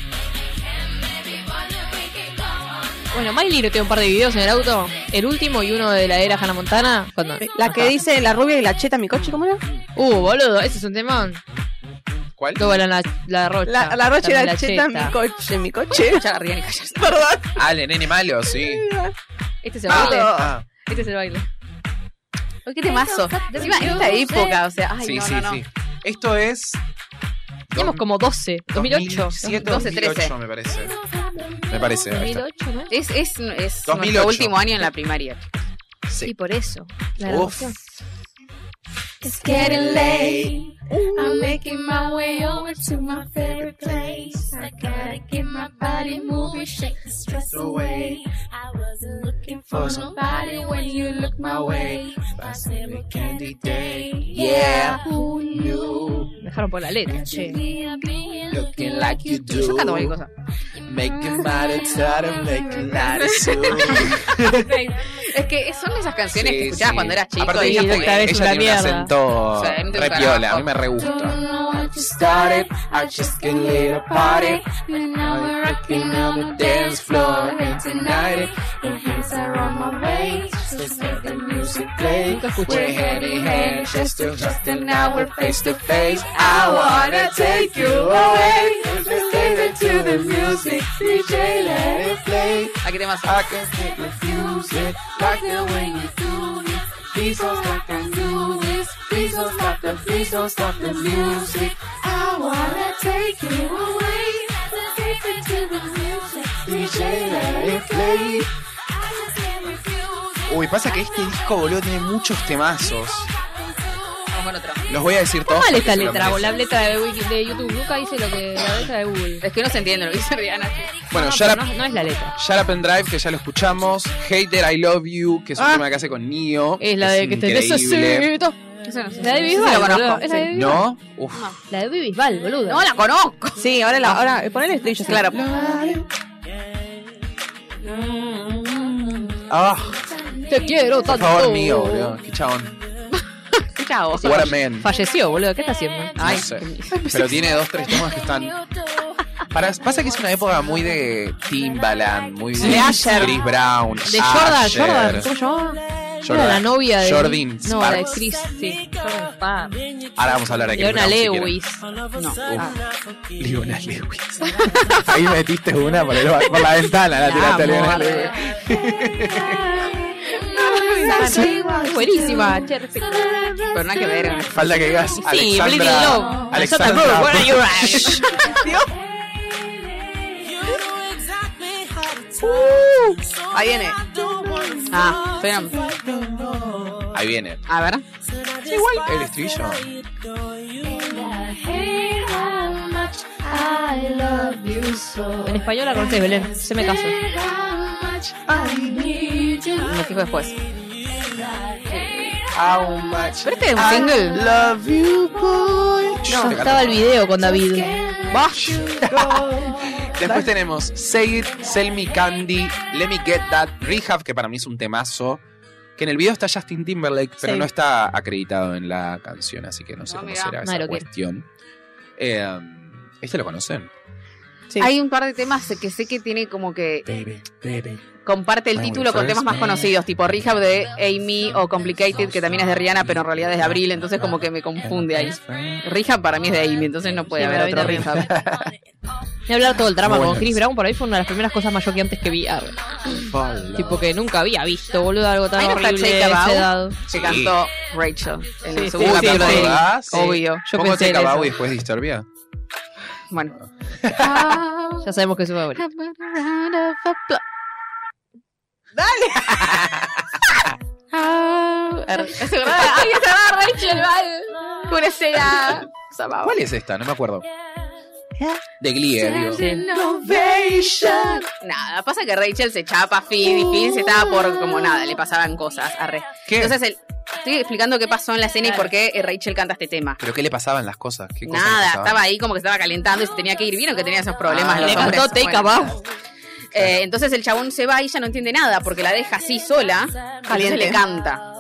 B: Bueno, Miley no tiene un par de videos en el auto. El último y uno de la era Hannah Montana. Cuando...
E: La que dice la rubia y la cheta, mi coche, ¿cómo era?
B: Uh, boludo, ese es un temón.
A: ¿Cuál?
B: Luego la, la, la rocha.
E: La, la rocha y
B: También
E: la, cheta, mi coche, mi coche.
C: Ya la ríen y callan.
E: Perdón.
A: Ah, el nene malo, sí.
B: Este es el baile.
E: Ah.
A: Ah,
B: Este es el baile.
C: Ay, Qué temazo. Encima, esta época, o sea, ay,
A: sí,
C: no,
A: sí,
C: no, no.
A: sí. Esto es.
B: Teníamos
A: dos-
B: como 12. 2008.
A: 2007,
C: 12, 13.
A: 2008, me parece. Me parece. ahí está.
B: 2008, ¿no?
C: Es, es, es
A: 2008.
C: nuestro último año en la primaria.
B: Sí,
A: Sí.
B: por eso. La
A: Uf.
B: grabación.
D: It's getting late. I'm making my way over to my favorite place. I gotta get my body moving, shake the stress away. I wasn't looking for nobody when you looked my way. My silver candy day. Yeah, who knew?
B: Me Dejaron por la letra, che.
D: Yeah, me
A: Looking like you do.
C: Yo canto cualquier cosa.
A: Making mad at all and making mad at
C: Es que son esas canciones que
A: Sí,
C: escuchabas
A: sí.
C: cuando eras chico.
A: Aparte,
C: y
A: ella,
B: Sí,
A: porque
B: esta vez es
A: ella
B: una
A: tiene un
B: mierda.
A: acento
C: Sí, no te
A: re
C: gusta
A: piola, a
C: carajo.
A: mí me re
D: Don't
A: gusta.
D: know what you started. I just can lead a party. And now we're rocking on the dance floor. And tonight your hands are on my waist. Just let the music play.
B: Nunca escuché.
D: We're hand in hand, just to just and now we're face to face. I wanna take you away. Just take it to the music, DJ, let it play.
C: ¿A qué temas?
D: I can take refuse it, like the way you do it. Please don't stop and do this. Please don't stop the, please don't stop the music. I wanna take you away. Let's take it to the music. DJ, let it play. I just can't refuse it.
A: Uy, pasa que este disco, boludo, tiene muchos temazos.
C: Vamos con otro.
A: Los voy a decir todos.
B: Mal
A: porque
B: esta
A: se lo
B: letra, la
A: merecen.
B: letra de, Wiki- de YouTube. Nunca hice lo que la letra de Google.
C: Es que no se entiende lo que dice Rihanna.
A: Bueno,
B: No,
A: ya
B: pero
A: la-
B: no, no es la letra.
A: Shut Up and Drive, que ya lo escuchamos. Hater, I Love You, que es un tema que hace con Nio.
B: Ah. Es la de que te
A: increíble.
B: necesito.
C: Eso no sé.
B: La de Baby
C: Sí,
B: Bisbal,
C: lo
B: boludo.
C: conozco.
B: Es la de Baby Bisbal.
A: ¿No? Uf.
B: La de Baby Bisbal, boludo.
C: No la conozco.
E: Sí, ahora, la, ahora pon el estribillo. sí.
C: Claro.
A: Ah,
B: Te quiero
A: por
B: tanto.
A: favor, Nio, boludo. Qué chabón.
C: Escucha vos.
A: What a man.
B: Falleció, boludo. ¿Qué está haciendo?
A: No sé.
B: pues
A: Pero tiene dos, tres temas que están. Para, pasa que es una época muy de Timbaland, muy de,
B: De Asher.
A: Chris Brown.
B: De Jordan,
A: Asher.
B: Jordan. ¿Cómo se llamaba? Era la novia de.
A: Jordyn
B: No, la de
A: Sparks.
B: Chris, sí. Jordan Sparks.
A: Ahora vamos a hablar de Chris
B: Leona
A: Brown, si quieren.
B: Lewis. Ah.
C: No.
A: Uf. Leona Lewis. Ahí metiste una por, el- por la ventana, la tiraste a Leona Lewis.
B: Buenísima, che, respecto.
C: Pero nada que ver.
A: Falta que digas
B: Bleeding
A: Alexandra.
B: Love. Alexandra Burke, where are you at?
E: Ahí viene.
C: Ah, espera.
A: Ahí viene.
C: A ver.
A: El estribillo.
D: Hey,
B: En español la conoces, Belén. Se me casó.
C: Me fijo después.
A: How much
C: Pero este es un single.
A: love you, boy.
B: Ah, No, estaba el video con David.
A: Después tenemos Say It, Sell Me Candy, Let Me Get That, Rehab, que para mí es un temazo. Que en el video está Justin Timberlake, pero
E: Sí.
A: no está acreditado en la canción, así que no sé
C: No,
A: cómo
C: mira.
A: será
B: Nadie
A: esa
B: lo quiere.
A: cuestión. Eh, este lo conocen.
E: Sí.
C: Hay un par de temas que sé que tiene como que
A: Baby, baby.
C: comparte el
A: Bueno,
C: título con
A: first
C: temas más
A: man.
C: conocidos, tipo Rehab de Amy o Complicated, que también es de Rihanna, pero en realidad es de Abril, entonces como que me confunde ahí. Rehab para mí es de Amy, entonces no puede
B: Sí,
C: haber otro
B: para mí
C: Rehab.
B: Y hablar todo el drama
A: Muy
B: con
A: nice.
B: Chris Brown, por ahí fue una de las primeras cosas más choqueantes que vi. Ah, tipo que nunca había visto, boludo, algo tan
C: Ahí no está
B: horrible de
C: Jake Abau.
B: esa edad.
C: que
A: Sí.
C: cantó Rachel en el
B: Sí,
C: segundo
B: sí, sí,
C: capítulo
B: lo
C: de
B: vi.
C: Amy.
A: Ah, sí.
C: Obvio, yo
A: ¿Cómo
C: pensé
A: te
C: en eso.
A: y después Disturbia?
C: Bueno.
B: Ya sabemos que es su favorito.
C: Es verdad, ay, es verdad, Rachel, vale. Con Ah, escena. Sababa.
A: ¿Cuál es esta? No me acuerdo. De Glee, eh, digo.
C: Nada, pasa que Rachel se chapa a Finn y Finn se estaba por como nada, le pasaban cosas a Re.
A: ¿Qué?
C: Entonces el- estoy explicando qué pasó en la escena y por qué eh, Rachel canta este tema.
A: ¿Pero qué le pasaban las cosas? ¿Qué cosas le
C: Nada,
A: pasaban?
C: estaba ahí como que estaba calentando y se tenía que ir. Vieron que tenía esos problemas
A: Ah,
C: los
B: Le
C: hombres.
B: cantó Take
C: Bueno.
B: a Bow.
C: Eh, entonces el chabón se va y ella no entiende nada porque la deja así sola. Caliente. le canta.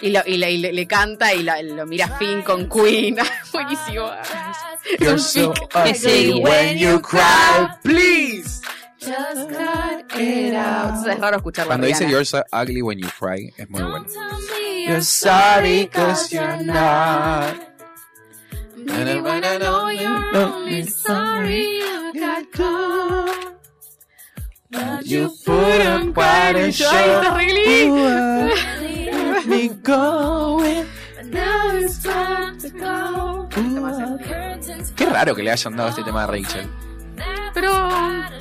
C: Y, lo- y le, y le- le canta y la- lo mira Finn con Queen. Buenísimo.
A: You're so
C: pic.
A: ugly
B: Sí.
A: when you cry, please.
C: Entonces es raro escucharlo.
A: Cuando dice
C: Rihanna.
A: You're so ugly when you cry, es muy bueno. You're sorry cause you're not.
D: Maybe when I know you're only sorry you got caught. But you put on quite a show.
A: me going.
D: But now it's time to go. Curtains
A: Qué raro que le hayan dado este tema a Rachel.
C: Pero.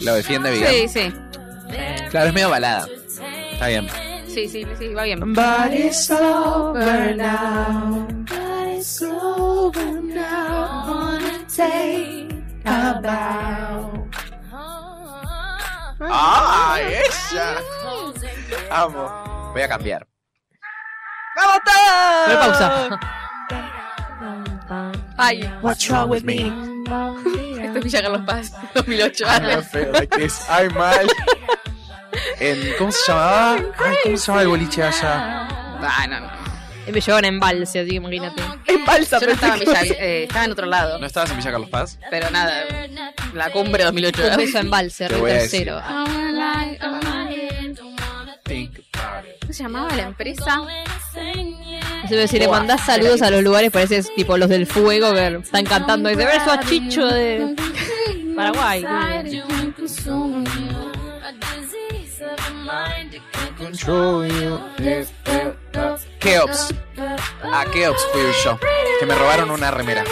A: Lo defiende bien.
C: Sí, sí.
A: Claro, es medio balada. Está bien.
C: Sí, sí, sí, va bien.
A: But it's over now.
D: wanna take a bow.
A: ¡Ay, ella! Amo. Voy a cambiar.
B: Pero pausa.
C: Ay,
A: What's wrong with me?
C: esto es Villa Carlos Paz, 2008.
A: I feel like this. Ay, mal. En- ¿Cómo se llamaba? Ay, ¿cómo se llamaba el boliche allá?
C: Ah, no, no.
B: Y me llevaron en balse, así que imagínate.
E: Es balsa,
C: Yo no estaba en
E: perfecto.
C: Villa, eh, estaba en otro lado.
A: ¿No estabas en Villa Carlos Paz?
C: Pero nada, la cumbre 2008.
B: Un beso en balse,
A: Te
B: re
A: voy a
B: tercero. Ah,
C: ¿Cómo se llamaba la empresa?
B: se ve, Si le
C: Buah,
B: mandás saludos a los lugares, pareces tipo los del fuego que están cantando. Y dice, verso a Chicho de Paraguay.
A: Keops. A Keops Ah, fui yo. Que me robaron una remera.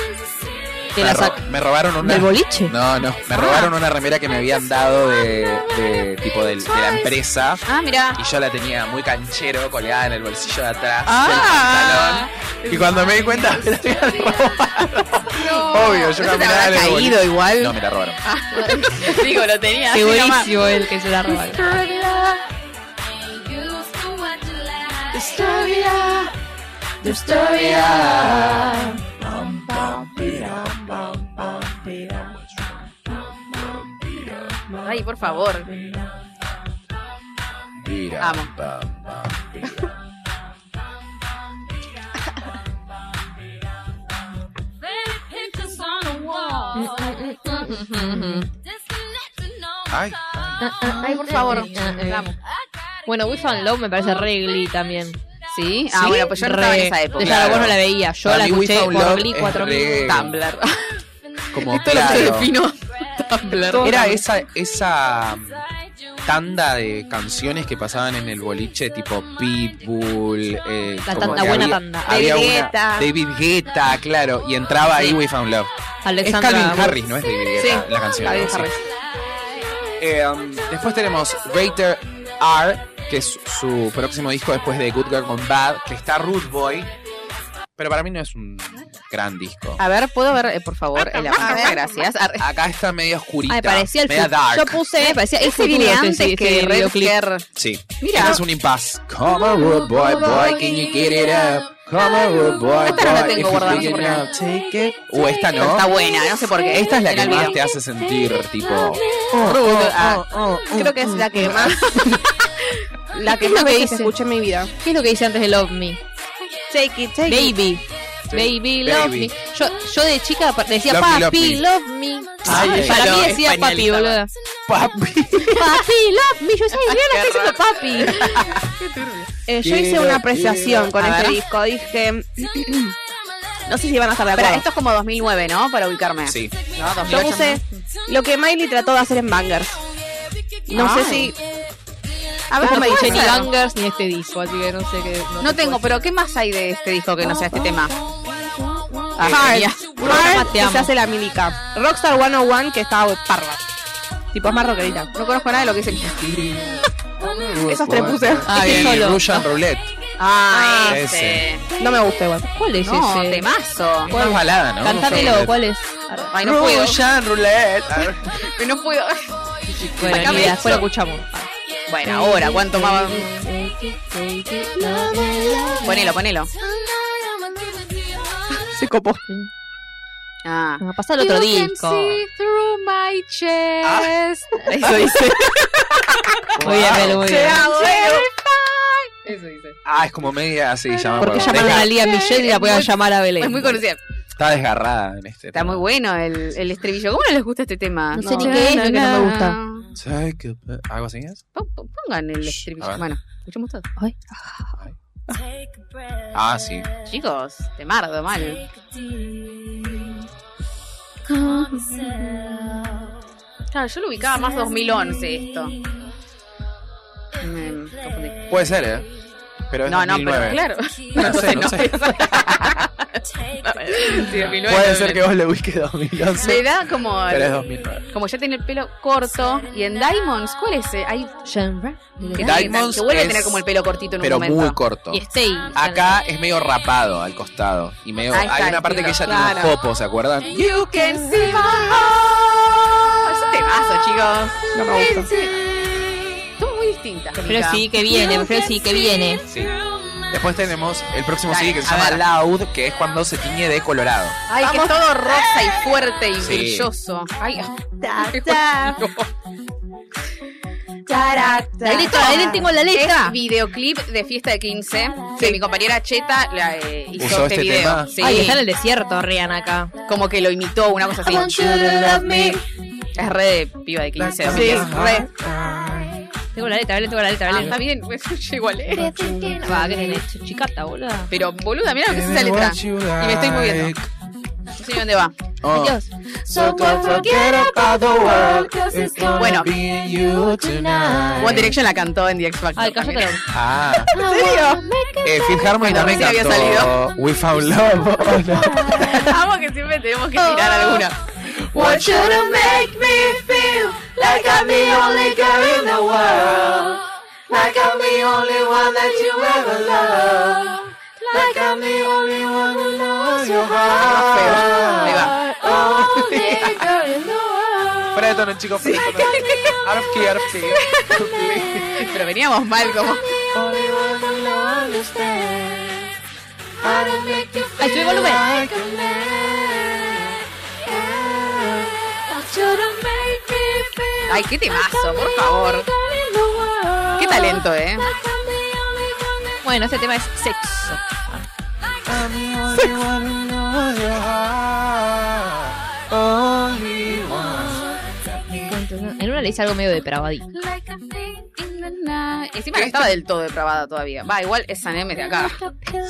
B: Que
A: me,
B: la
A: ro-
B: sac-
A: me robaron una.
B: ¿Del boliche?
A: No, no.
C: Ah.
A: Me robaron una remera que me habían dado de, de tipo del- de, la empresa.
C: Ah, mira.
A: Y yo la tenía muy canchero, colgada en el bolsillo de atrás
C: Ah.
A: del pantalón. Y cuando me di cuenta, me la habían robado. Obvio, yo
C: Eso te
A: caminaba en el
C: habrá
A: boliche.
C: caído igual. Ah.
A: No, me la robaron.
C: Digo, lo tenía. así nomás.
B: Segurísimo el que se la roba.
A: Este-
C: Ay, por favor.
A: Mira,
C: Amo.
A: pa, pa, mira. Ay,
C: Ay, por favor. Eh, Vamos.
B: Bueno, We Found Love me parece re Glee también.
C: ¿Sí? Ah, bueno, pues yo no estaba en esa época.
B: Yo ya
A: Claro.
B: vos no la veía. Yo
A: Para
B: la
A: mí We
B: escuché
A: Found Love
B: por Glee
A: es re-
B: 4000.
C: Tumblr.
A: como
C: Esto lo
A: claro.
C: que defino. Tumblr.
A: Era esa, esa tanda de canciones que pasaban en el boliche, tipo Pitbull. Eh,
B: La
A: como
B: tanda,
A: que
B: buena
A: había-
B: tanda.
A: había
E: David
A: una-
E: Guetta.
A: David Guetta, claro. Y entraba ahí We Found Love.
B: Alexandra.
A: es Calvin Harris, ¿no es David Guetta?
C: Sí,
A: la canción.
C: Calvin
A: algo así.
C: Harris.
A: Eh, um, después tenemos Rater R, que es su próximo disco después de Good Girl Gone Bad, que está Rude Boy. Pero para mí no es un Gran disco.
C: A ver, ¿puedo ver, eh, por favor, el avance?
E: ver.
C: Gracias. Ah,
A: Acá está media oscurita.
B: Ay, Ah, parecía el
A: media
B: futuro.
A: dark.
B: Yo puse, parecía el
C: Ese
B: futuro.
C: viene
B: este-
C: antes
B: este
C: que Red
B: videoclip.
C: Scare.
A: Sí.
C: Mira.
A: Mira. Es un impasse. Come on, rude boy, boy, can you get it up? Come on, rude boy,
C: Esta no la
A: boy,
C: tengo
A: if you
C: guardada,
A: get
C: no sé
A: it
C: por
A: up, take it. Uh, esta
C: Pero está
A: no.
C: buena, no sé por qué.
A: Esta es la que
C: Era el
A: más
C: video.
A: te hace sentir, tipo.
C: Rudo, ah.
E: Creo que es la que más. la que
B: Es lo
E: más
B: que
E: veces
B: dice.
E: escuché en mi vida.
B: ¿Qué es lo que dice antes de Love Me?
E: Take it, take it.
B: Baby. Baby, love
A: Baby.
B: me. Yo, yo de chica pa- decía
A: Love me,
B: papi, love me.
A: Ay,
B: Ay,
A: ay,
B: para
C: ay,
B: mí
C: lo
B: decía papi,
C: españolizaba.
B: boluda.
A: Papi.
B: Papi, love me. Yo decía, mira, la está diciendo papi.
E: Eh, yo hice una apreciación con
C: A
E: este
C: ver.
E: disco. Dije. no sé si van a estar de
C: Espera,
E: acuerdo.
C: esto es como 2009, ¿no? Para ubicarme.
A: Sí.
C: No,
E: Yo
C: 2008
E: puse lo que Miley trató de hacer en Bangers. No sé
C: Ay.
E: si.
C: A ver,
B: Yo no
C: me
B: puse
C: dice
B: ni
C: Nigan.
B: Gangers ni este disco, así que no sé qué.
C: No tengo, pero ¿qué más hay de este disco que no sea este tema? Ah, genial.
E: Heart,
B: te
E: que se
B: amo.
E: hace la milica. Rockstar 101, que estaba parva. Tipo, es más rockerita.
C: No conozco nada de lo que dice mi
E: Esas tres puse.
A: Ah,
B: Estoy
A: bien.
B: solo.
A: Russian Roulette.
C: Ah,
A: ese.
C: ese.
E: No me gusta igual.
B: ¿Cuál es
C: No,
B: ese?
C: temazo.
A: Una balada, ¿no?
B: Cantátelo, ¿cuál es?
C: Ay, no puedo.
A: Russian Roulette. A ver.
C: No puedo.
B: Bueno,
C: Sacame
B: ni idea, después lo
C: eso.
B: escuchamos.
C: Bueno, ahora, ¿cuánto más? Ponelo, ponelo.
E: Se copó.
C: Ah.
B: No, pasa el otro disco.
E: Eso dice.
B: Muy bien, Belu, muy bien.
A: Ah, es como media así, ya me
B: Porque
A: acuerdo.
B: llamaron
A: Desga-
B: a Lía Michelle y la podían llamar a Belén.
C: Es muy conocida.
A: Está desgarrada en este.
C: Está muy bueno el, el estribillo. ¿Cómo no les gusta este tema?
B: No sé ni qué es, lo que no me gusta.
A: Take a- ¿Algo así es?
C: Pon- pon- Pongan el
A: Shh, a
C: estribillo.
A: ver.
C: Bueno, escuchemos todo.
A: Ah, sí.
C: Chicos, te mardo mal. Claro, yo lo ubicaba más 2011 esto. Me confundí.
A: Puede ser, ¿eh? Pero es
C: No, no, pero
A: 2009.
C: claro.
A: No sé, no sé.
C: Sí, 2009,
A: Puede ser que vos lo ubiques 2011.
C: Me da como.
A: Pero es 2009.
C: Como ya tiene el pelo corto. Y en Diamonds, ¿cuál es ese? Hay
B: Genre.
C: que
A: Diamonds
C: que vuelve a
A: es-
C: tener como el pelo cortito en un
A: Pero
C: momento.
A: muy corto.
B: Y Stay.
A: Acá es medio rapado al costado. Y medio.
C: Ahí está,
A: Hay
C: ahí
A: una parte que
C: está.
A: ella tiene un
C: Claro.
A: popo, ¿se acuerdan?
C: You can see my heart. Es un temazo, chicos.
E: No me gusta.
C: ¡Ah! Son muy distintas.
B: Pero sí, que viene, pero sí, que viene.
A: Sí. Después tenemos el próximo
C: Dale,
A: CD que se
C: a
A: llama
C: ver.
A: Loud, que es cuando se tiñe de colorado.
C: Ay, que es todo rosa y fuerte y
A: Sí.
C: brilloso. Ay,
B: Ahí le, ahí le tengo la letra.
C: Es Ah, videoclip de fiesta de 15 que mi compañera Cheta la, eh, hizo
A: ¿Usó
C: este,
A: este
C: video.
A: tema?
C: Sí.
B: Ay, está en el desierto, Rihanna acá.
C: Como que lo imitó, una cosa así. Es re de piba de 15. de
E: Sí,
C: 2010.
E: re.
B: Tengo la letra, a ver, tengo la letra, a
C: Ah,
B: ver.
C: está bien, pues, yo llego a leer.
B: Va, que tenés chicata, boluda.
C: Pero boluda, mira lo que es esa letra. No
A: Y
C: me estoy moviendo. sé ni dónde va.
A: Oh.
B: Dios.
D: So don't forget about the world, 'cause it's gonna
C: Bueno.
A: be you tonight.
C: One Direction la cantó en The X Factor.
B: Ay, cállate
C: también.
B: la boca.
A: Ah,
E: ¿En serio?
A: eh, Fifth Harmony
C: Bueno,
A: también
C: sí había
A: cantó
C: salido.
A: We Found Love. Oh, no.
C: Vamos que siempre tenemos que tirar alguna.
D: Want you to make me feel like I'm the only girl in the world. Like I'm the only one that you ever loved. Like I'm the only one who knows your
C: Ahí
D: heart. Oh,
C: va.
D: Only girl in the world.
A: Fuera de tono, chicos. fuera de tono. Out of key, out of key.
C: Pero veníamos mal como.
D: Only one who understands how to make you
B: Ay, sube el
D: feel
B: volumen.
D: like a man. Yeah. Want you to make me feel
C: Ay, qué temazo, por favor. Qué talento, eh.
B: Bueno, este tema es sexo.
D: I'm the
A: Only one who knows your heart. Only one.
B: En una le hice algo medio depravadito.
C: Encima no estaba del todo depravada todavía. Va, igual es Sanem de acá.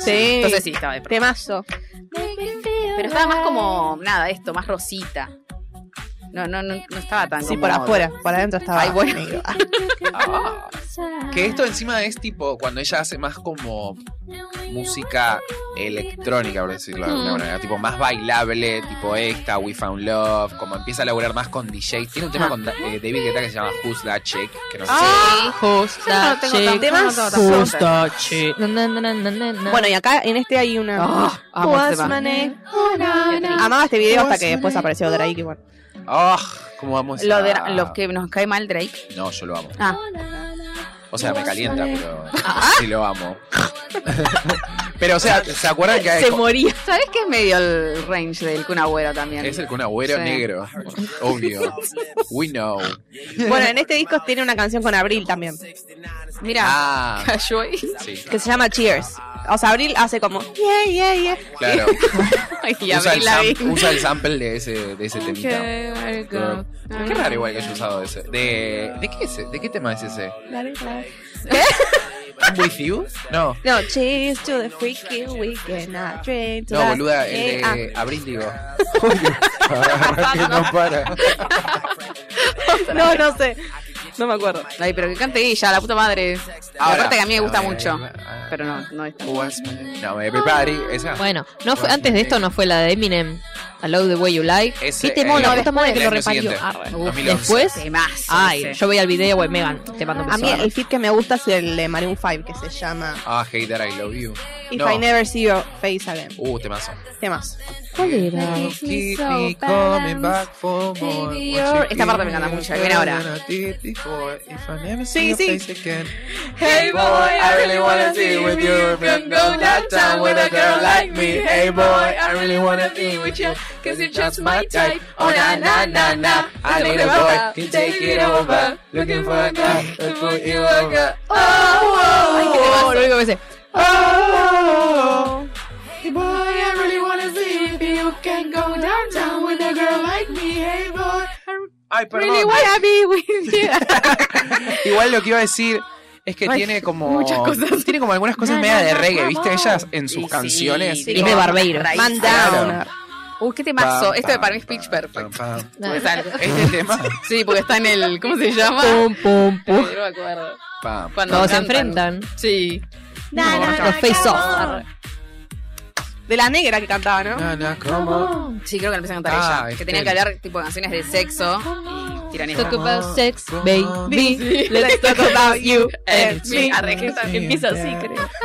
E: Sí.
C: Entonces sí, estaba depravada.
E: Temazo.
C: Pero estaba más como, nada, esto, más rosita. No, no, no, no estaba tan
E: Sí,
C: como-
E: por afuera. Por adentro estaba.
C: Ay, bueno.
E: negro.
A: Ah. Que esto encima es tipo cuando ella hace más como música electrónica, por decirlo de alguna
C: Mm.
A: manera. Tipo más bailable, tipo esta, We Found Love. Como empieza a laburar más con DJ. Tiene un tema
C: Ah.
A: con Da- eh, David Guetta que se llama Who's That Chick. Que no sé si-
C: Ah,
B: Justo.
C: yo no lo tengo tan- yo no lo tengo tan presente.
B: Bueno,
E: Bueno, y acá en este hay una.
C: Ah, amo este
E: What's
C: tema.
E: my name?
B: na, na.
E: Amaba este video hasta que después apareció Drake. y Bueno.
A: Ah, ¿Cómo vamos
C: Lo de los que nos cae mal Drake.
A: No, yo lo amo.
C: Ah.
A: O sea, me calienta, pero sí lo amo. pero, o sea, ¿se acuerdan que hay-
C: Se moría. ¿Sabes qué es medio el range del Kun Agüero también?
A: es el con agüero
C: Sí.
A: negro? Obvio. We know.
E: bueno, en este disco tiene una canción con Abril también,
C: Mira,
A: Ah,
C: cayó ahí.
A: sí,
E: que se llama Cheers. O sea, Abril hace como. Yeah, yeah, yeah.
A: claro.
C: Y
A: usa,
C: abrí
A: el
C: la
A: sam- usa el sample de ese, de ese temita. Qué raro igual que haya usado ese. ¿De, de, qué, es, ¿De qué tema es ese? ¿I'm with you? No.
E: No, cheers to the freaking weekend. I drink to
A: No,
E: that-
A: boluda,
E: Eh,
A: el
E: ah.
A: de abril digo. que no para.
E: Ah, No, no sé. No me acuerdo.
C: Ay, pero que cante ella, la puta madre.
A: Ahora.
C: Aparte que a mí me gusta
A: A ver,
C: mucho.
A: a ver.
C: Pero no, no es tan-
A: Was my- No, everybody. Esa.
B: bueno, no fue, antes de esto no fue la de Eminem, I Love the Way You Like.
A: Ese,
B: ¿Qué temón,
A: eh,
B: la puta madre que
A: el
B: lo
A: año
B: reparió?
A: siguiente,
B: Arre.
A: 2011.
B: Después,
C: Temazo
B: ay,
C: ese.
B: yo veía el video, güey, Megan, te mando un
E: A
B: beso.
E: mí el fit que me gusta es el de Maroon 5 que se llama
A: Ah, Hey That I Love You.
E: If
A: No.
E: I Never See Your Face Again.
A: Uh, temazo.
E: Temas.
B: ¿Cuál era?
D: Makes me
A: Keep
D: so
A: me
D: bad.
A: coming back for
D: Baby,
A: more. What you
D: you're-
A: keep
C: Esta parte me encanta mucho, viene ahora.
A: than I did before. If I never
E: Sí,
A: see your
E: sí.
A: face again.
D: Hey boy, I really wanna be with you. If you go that time with a girl like me. Hey boy, I really wanna be with you. Cause you're just my type. Oh na na na na. I need a boy can take it over. Looking for a guy to put you over. Oh,
B: Ay, qué temazo, lo único que sé.
D: Hey boy, I really wanna see if you can go downtown with a girl like me. Hey boy.
A: Ay, perdón. Igual lo que iba a decir es que tiene como.
C: muchas cosas.
A: Tiene como algunas cosas
C: Na,
A: media
C: na,
A: de
C: na,
A: reggae,
C: na,
A: ¿viste?
C: na.
A: Ellas en sus
C: Y sí,
A: canciones.
C: sí.
B: Es de Barbeiro.
C: Raíz.
E: Man
A: Claro.
E: Down.
C: Uy, qué temazo.
A: Pam,
C: Esto de
A: pam,
C: para mí es pitch
A: pam,
C: perfect.
A: pam, pam.
C: ¿Qué tal?
A: Este tema.
C: Sí, porque está en el. ¿Cómo se llama?
B: Pum, pum,
C: Ay,
B: pum.
C: no me acuerdo.
A: Pam.
C: Cuando
B: Todos se
C: cantan.
B: enfrentan.
C: Sí.
E: Na, na, na,
B: Los face off.
E: come on.
B: arre.
E: De la negra que cantaba, ¿no?
A: Na,
C: Ah.
A: na, come on.
C: Sí, creo que la empieza a cantar
A: Ah,
C: ella. Que
A: este.
C: tenía que hablar tipo de canciones de sexo. Y tiran esta.
B: Talk about sex, baby. Let's talk
E: about you
C: Eh, sí, arre, que está-
B: Empieza así, creo.
D: Oh,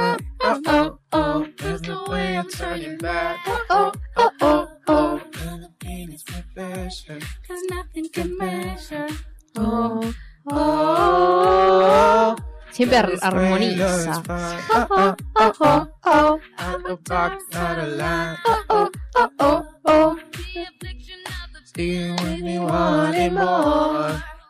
D: oh, oh, there's no way I'm turning back. Oh, oh, oh, oh, cause nothing can measure. Oh, oh,
B: Siempre ar- armoniza.
D: oh, oh, oh, oh, oh, oh, oh, oh.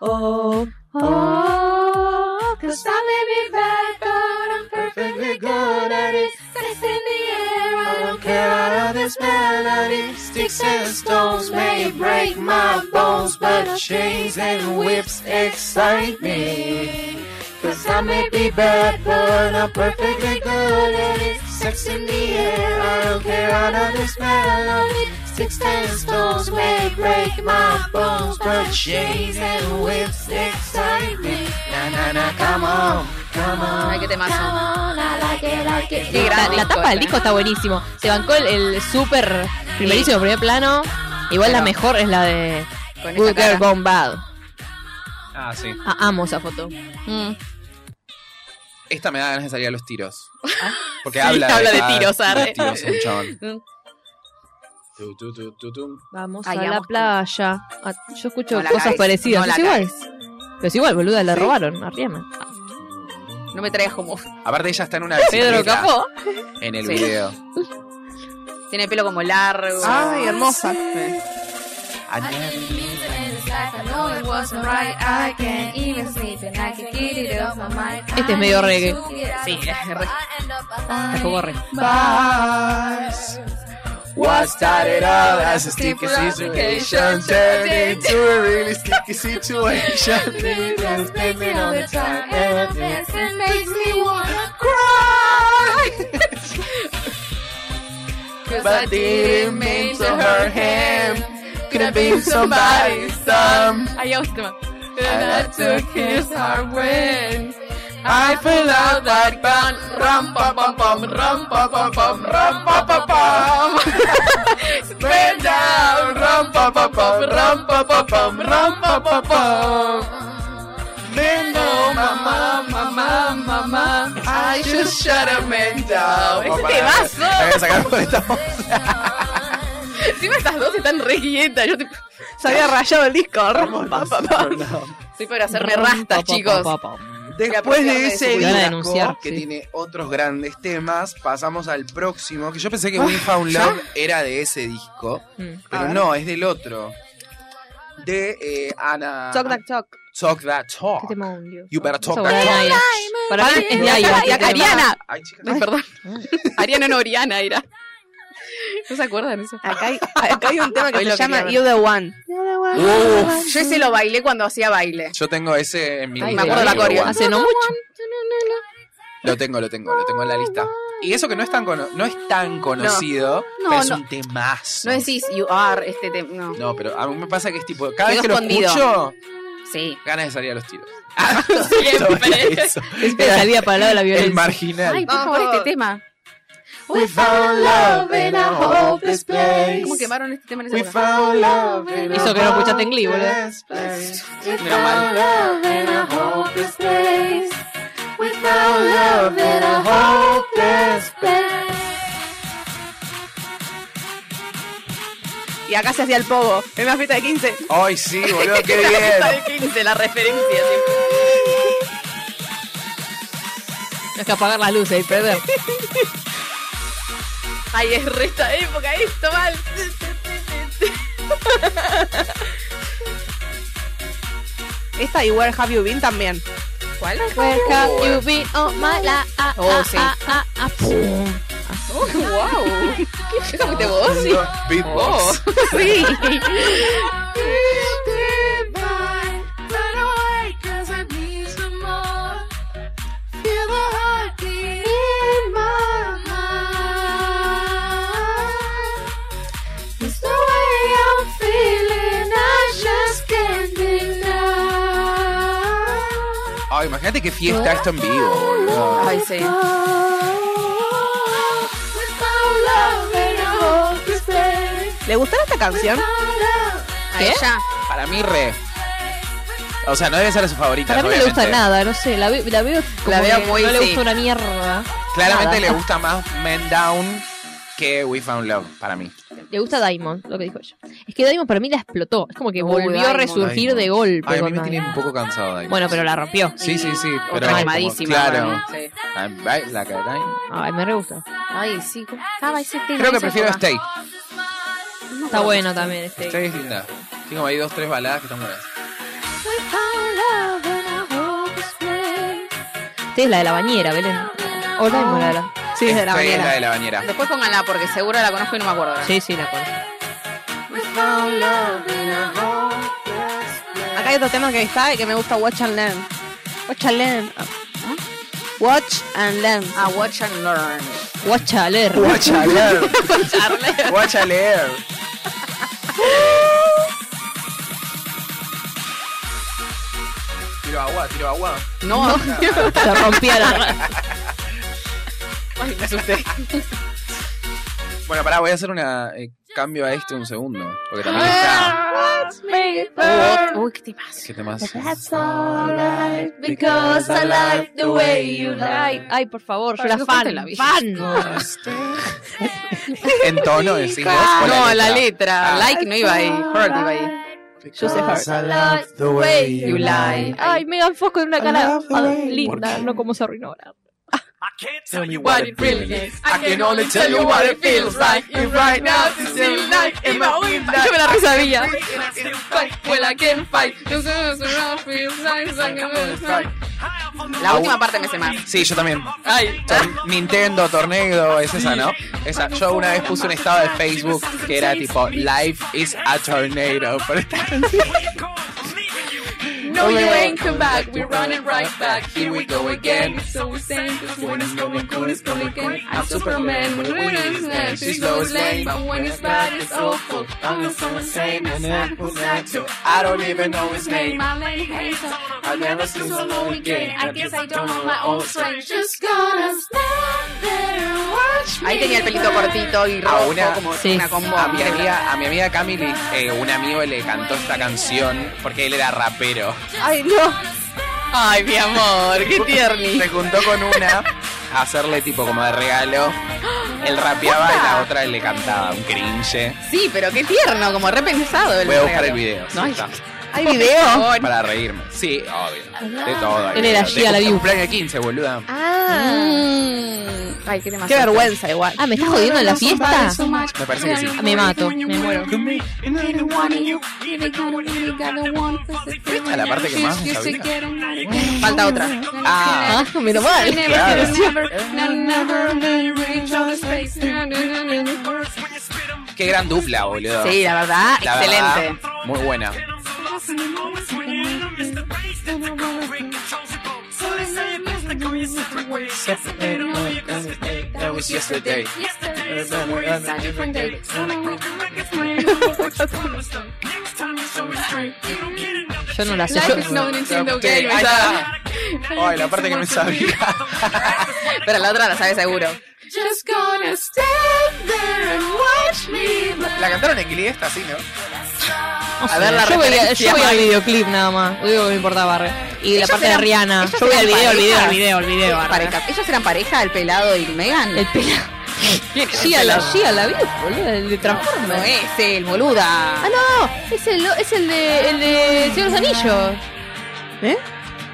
E: Oh.
D: Oh, cause I may be bad, but I'm perfectly good at it. Sex in the air, I don't care about this melody. Sticks and stones may break my bones, but chains and whips excite me. Cause I may be bad, but I'm perfectly good at it. Sex in the air, I don't care about this melody. Sticks and stones may break my bones, but chains and whips excite me. Na na na, come on, come on.
C: Ay, qué temazo.
D: Come on, I like it, like it.
C: Qué gran
B: La, la
C: disco
B: tapa del
C: esta.
B: disco está buenísimo. Se bancó el, el súper primerísimo primer plano. Igual la
C: Pero-
B: mejor es la de
C: Con
B: Good
C: esta
B: Girl
C: cara.
B: Gone Bad.
A: Ah, sí.
B: Ah, amo esa foto.
C: Mm.
A: Esta me da ganas de salir a los tiros. Porque
C: Ah, Sí,
A: habla,
C: habla de
A: cada-
C: tiros, arre.
A: tiros, un chabón.
C: Mm.
A: Tu, tu, tu, tu, tu.
B: Vamos
C: Ay,
B: a la
C: vamos con-
B: playa. Ah, yo escucho
C: No la
B: cosas
C: cagues,
B: parecidas.
C: no la
B: es igual. Pero es igual, boluda, la robaron. Arrieme.
C: No me traes como.
A: Aparte ella está en una bicicleta
B: Pedro Capó.
A: en el
C: Sí.
A: video.
C: Tiene pelo como largo.
E: Ay, hermosa.
A: Ah,
B: Este es medio reggae.
C: Sí, es re-
D: reggae.
C: es como re.
A: Bars. What started out as a sticky situation turned into a really sticky situation. Este But didn't mean to hurt him. Could have been somebody's thumb.
C: Ay, ya, este tema.
A: And I took
D: His heart went
A: I feel out like that. Ram, pam, pam, pam, ram, pam, pam, pam, ram, pam, pam, pam. Spread down. Ram, pam, pam, pam, ram, pam, pam, pam, ram, pam, pam, pam. Then, oh, mamá, mamá, mamá, I just shut a man down.
C: Es un temazo.
A: La voy a sacar por esta voz.
C: Encima estas dos están re quietas. Yo te-
E: Se había rayado el disco. Ram, pa, pa, pa.
C: estoy por hacerme rastas, chicos.
A: Después de ese
B: Te van a
A: disco,
B: denunciar,
A: que
B: sí.
A: tiene otros grandes temas, pasamos al próximo, que yo pensé
C: Ah,
A: que We Found Love era de ese disco,
B: Mm.
A: pero no, es del otro. De eh, Ana...
E: Choc, tac, choc.
A: Talk That Talk.
B: ¿Qué
C: Este
B: tema, Dios?
A: You better talk
B: Esa
A: that
B: bola
A: talk.
B: de Naira. Para mí es de
C: Ay,
B: Aira, este tema.
C: Ariana.
A: Ay, chicas,
C: Ay, perdón. Ariana no Oriana era. ¿No se acuerdan eso?
E: Acá hay, acá hay un tema que
C: Hoy lo
E: se llama
C: quería
E: You the One.
A: Uf,
C: Yo ese lo bailé cuando hacía baile.
A: yo tengo ese en mi...
B: Ay,
C: me acuerdo
A: en
C: la
A: mi
C: coreo.
A: one.
B: Hace no mucho.
A: Lo tengo, lo tengo, lo tengo en la lista. Y eso que no es tan, cono- no es tan conocido,
C: No,
A: pero es
C: no.
A: un temazo.
C: No decís you are este tema. No.
A: No, pero a mí me pasa que es tipo, cada vez
C: Quedó
A: que lo
C: escondido.
A: escucho,
C: Sí.
A: ganas de salir a los tiros.
C: Siempre.
A: Ah, Eso.
B: Este salía para el lado de la
A: El
B: violencia.
A: marginal.
C: Ay, por favor, este tema.
D: We found love in a hopeless place.
C: ¿Cómo quemaron este tema en esa
A: We
C: época?
A: found love in a
B: Hizo que no escuchaste en Glee, boludo.
A: hopeless place.
D: We
A: Menos mal.
D: found love in a hopeless place. We found love in a hopeless place.
E: Y acá se hacía el pogo. En una fiesta de 15.
A: Ay, sí, boludo, qué
C: La fiesta
A: bien.
C: del 15, la referencia. siempre.
B: Tienes que apagar las luces y perder.
C: Ay, es re esta época esto, mal.
E: Esta y Where Have You Been también.
C: ¿Cuál?
B: Where have you been all my life? Ah,
C: Oh,
B: ah,
C: sí.
B: ah, ah, ah, pum.
C: Oh, wow. ¿Eso fuiste vos? Sí.
A: Beatbox.
C: Sí.
D: Goodbye. Run away, 'cause I need some more. Feel the heartbeat in my mind. It's the way I'm feeling, I just can't deny.
A: Ay, imagínate qué fiesta esto en vivo, boludo.
C: Ay, sí.
E: ¿Le gustaba esta canción?
C: A ella.
A: Para mí, re. O sea, no debe ser su favorita.
B: Para mí no le gusta
A: obviamente.
B: nada, no sé, la, ve- la veo como
C: La veo
B: que
C: muy,
B: no le
C: sí.
B: gusta una mierda.
A: Claramente
B: Nada.
A: le gusta más Men Down que We Found Love, para mí.
B: Le gusta Diamond, lo que dijo ella. Es que Diamond para mí la explotó, es como que
C: Oh,
B: volvió a
C: Diamond.
B: resurgir
A: Diamond.
B: de golpe.
A: Ay, a mí
B: con
A: me tiene
B: Diamond.
A: un poco cansado ahí.
B: Bueno, pero la rompió.
A: Sí, sí, sí. Pero
C: Otra
A: como-
C: quemadísima.
A: Claro.
C: para mí. Sí.
A: Ay, ay, La que
B: Ay, me re gustó.
C: Ay, sí. ¿cómo Estaba ese tema.
A: Creo que
C: esa
A: prefiero
C: época?
A: Stay.
B: Está bueno también este.
A: Stay es linda. Tiene como ahí dos, tres baladas que están buenas.
B: Este es la de la bañera, Belén. O Diamond la de la...
E: Sí, es de la
A: Stay es
E: manera.
A: la de la bañera.
C: Después pónganla porque seguro la conozco y no me acuerdo. ahora.
B: Sí, sí, la conozco.
E: Acá hay otro tema que está y que me gusta Watch and Learn. Watch and Learn. Ah, ¿ah? Watch and Learn.
C: A Watch and Learn.
B: Guachaler.
A: Guachaleer. Guachaleer. Tiro agua, tiro agua.
C: No.
B: Se rompieron.
C: Ay, me asusté.
A: Bueno, pará, voy a hacer una eh, cambio a este un segundo. Porque también
E: Ah.
A: está.
C: Uy, qué tipazo.
A: ¿Qué temas?
D: Because I like the way you like.
B: Ay, ay, por favor, yo
C: Ay,
B: la
C: no
B: fan,
C: cantes la vieja.
B: fan.
A: En tono decís vos. o
C: Ah, No, la letra.
A: Ah.
C: Like no iba ahí. Hurt iba ahí.
A: Because I love the
D: way
C: You lie.
B: Ay, Megan Fox con una cara
A: love the
B: ah,
A: way you
B: linda,
A: walk.
B: no como se arruinó ahora.
A: Tell me
C: what it really is. I can only tell you what it feels like. If right now it's still like
A: Em,
C: in my midnight. Yo me la re sabía. Well, I can fight. La última parte me sé más.
A: Sí, yo también.
C: Ay.
A: Tor- Nintendo, Tornado, es esa, ¿no? Esa. Yo una vez puse un estado de Facebook que era tipo Life is a tornado. Pero está-
C: No
E: Oh,
C: No, you ain't come back. We're running right back. Here we go again. It's so insane. This one is coming, good is coming again. I'm Superman. When it is next, she's Lois Lane. But when it's bad, it's awful. I'm so insane. It's not who's that too. I don't even know his name. My lady hates him. I've never seen so lonely again. I guess I don't know my own strength. Just gonna stand there and watch me. Ahí tenía el pelito cortito y
A: rojo,
C: como
A: como
C: una
B: una
C: combo.
A: A mi amiga, a mi amiga Cami, le- eh, un amigo le cantó esta canción porque él era rapero.
E: Ay, no.
C: Ay, mi amor, qué tierni.
A: Se juntó con una a hacerle tipo como de regalo. Él rapeaba y la otra le cantaba un cringe.
C: Sí, pero qué tierno, como repensado el
A: Voy a buscar
C: regalo.
A: el video. sí,
C: Ay,
A: está.
E: Hay video.
A: Para reírme. Sí, obvio. De todo. hay
B: Él
A: video.
B: era
A: De
B: Gia la
A: un
B: Viu.
A: cumpleaños 15, boluda.
C: Mm. Ay, qué demasiado.
E: Qué vergüenza igual.
B: Ah, ¿me estás jodiendo en la fiesta?
A: Me parece que sí.
B: Me mato, me muero.
A: Esta es la parte que más me sabía.
C: Falta otra.
A: Ah, Eh.
B: Ah, menos mal.
A: claro. Qué gran dupla, boludo.
C: Sí, la verdad,
A: La
C: excelente.
A: verdad, muy buena.
B: Yo no la sé.
C: Life
B: yo-
C: is no Nintendo
A: Sí, ahí
C: game.
A: está. Ay, la parte que no sabía.
C: Pero la otra la sabe seguro.
D: Just gonna stand there and watch me
A: La cantaron en Glee esta, sí, ¿no?
B: no sé,
C: ver la
B: yo veía,
C: referencia,
B: yo veía el
C: Mari.
B: videoclip nada más. Lo único que me importaba. re. Y la
C: Ellos
B: parte
C: eran-
B: de Rihanna.
C: ellos
B: Yo veía el
C: eran
B: video, el video, el
C: pareja.
B: video, el video. arre.
C: Pareja. ¿Ellos eran pareja, el pelado y Megan?
B: El pela. Gia la, Gia la vio, boludo. El de
C: No
B: Transformers.
C: es el boluda.
B: Ah, no. Es el, es el de, el de Señor de los Anillos.
E: ¿Eh?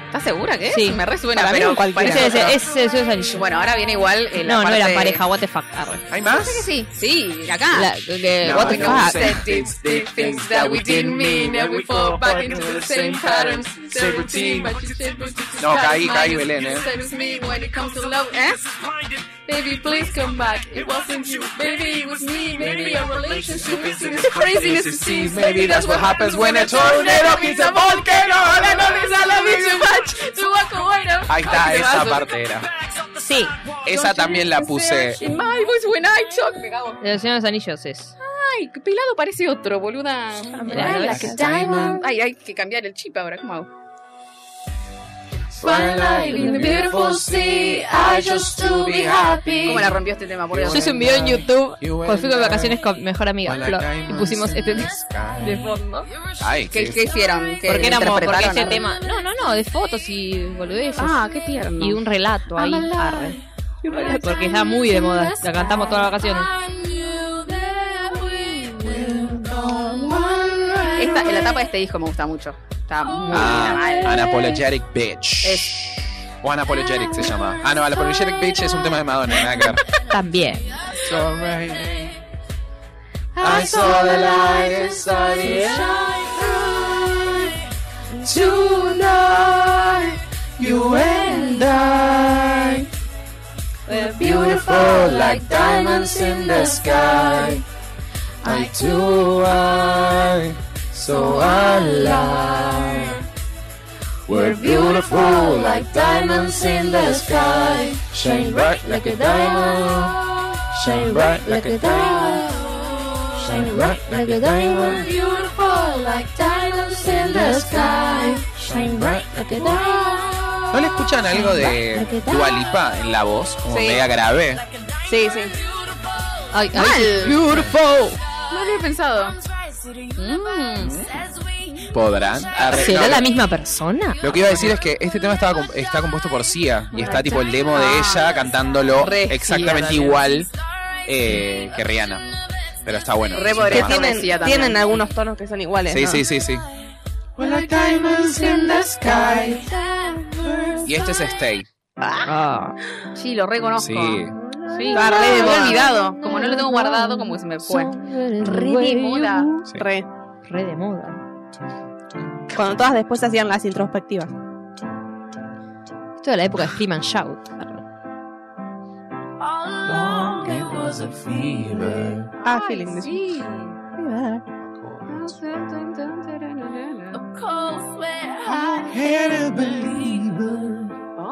C: ¿Estás segura que es?
B: Sí.
C: Me resuena,
E: Para mí
C: pero
E: un cualquiera.
B: Ese,
C: parece
B: ese,
C: otro.
B: ese, ese, ese, ese.
C: Bueno, ahora viene igual eh, la
B: No, no
C: parte-
B: era pareja, what the fuck. arre.
A: ¿Hay más?
C: Parece que sí. Sí, acá.
B: La- de-
A: No,
B: what the
A: no
B: fuck.
A: sé. No, caí, caí, Belén, eh.
C: ¿Eh?
D: Baby, please come back. It wasn't you. Baby, it was me. Maybe our relationship is in its craziness. it seems. Maybe that's what happens when a tornado hits a volcano. All I know is I love you too much to walk away now.
A: Ahí está, esa parte era.
B: Sí.
A: Esa también la puse.
C: In my voice when I talk. Me cago.
B: El Señor de los Anillos es.
C: Ay, qué pelado parece otro, boluda.
B: Mirá, ¿no ves?
C: Ay, hay que cambiar el chip ahora. ¿Cómo hago?
D: Sunlight in the beautiful sea. I just to be happy.
C: ¿Cómo la rompió este tema, boludo?
B: Yo hice un video en YouTube cuando fui de vacaciones con mi mejor amiga, Flor, y pusimos este tema de fondo.
A: Ay,
C: ¿Qué,
A: sí.
C: qué hicieron? ¿Qué
B: Porque éramos, porque
C: interpretaron?
B: ese tema. No, no, no, de fotos y boludeces.
C: Ah, qué tierno.
B: y un relato ahí. arre. Porque está muy de moda. La cantamos todas las vacaciones.
C: Esta, la tapa de este disco me gusta mucho. Está muy
A: Ah,
C: bien.
A: Unapologetic Bitch.
C: Es-
A: O Unapologetic se llama. Ah, no, Unapologetic Bitch es un tema de Madonna, nada que ver.
B: También.
D: I saw the light inside the Tonight, you and I. We're beautiful like diamonds in the sky. I too, I, so alive. We're beautiful like diamonds in the sky. Shine bright like a diamond. Shine bright like a diamond. Shine bright like a diamond. Beautiful like diamonds in the sky. Shine bright like a diamond.
A: ¿No le escuchan algo de Dua Lipa en la voz? Como media grave.
C: Sí, sí.
B: Ay, ay,
C: Mal.
B: Beautiful.
C: No lo he pensado.
A: ¿Podrán? Arre-
B: ¿Será
A: no,
B: la
A: lo-
B: misma persona?
A: Lo que iba a decir es que este tema estaba comp- está compuesto por Cia y está tipo el demo de ella cantándolo
C: Re
A: exactamente
C: Sia,
A: igual eh, que Rihanna. Pero está bueno.
C: Re
A: es un
C: pobre,
A: tema.
C: tiene- Decía
E: Tienen,
C: también.
E: tienen algunos tonos que son iguales.
A: Sí,
E: ¿no?
A: sí, sí, sí.
D: We're like diamonds in the sky.
A: Y este es Stay.
B: Ah.
C: Sí, lo reconozco.
A: Sí.
C: Sí,
E: Está
C: lo
E: re de
C: había
E: moda.
C: olvidado. Como no lo tengo guardado, como que se me fue. Re de moda.
A: sí.
E: Re.
B: Re de moda.
E: Cuando todas después hacían las introspectivas.
B: Esto de la época de Scream and Shout.
E: Ah, feeling. this-
D: Cold sweat high
A: Had a believer.
E: Ah,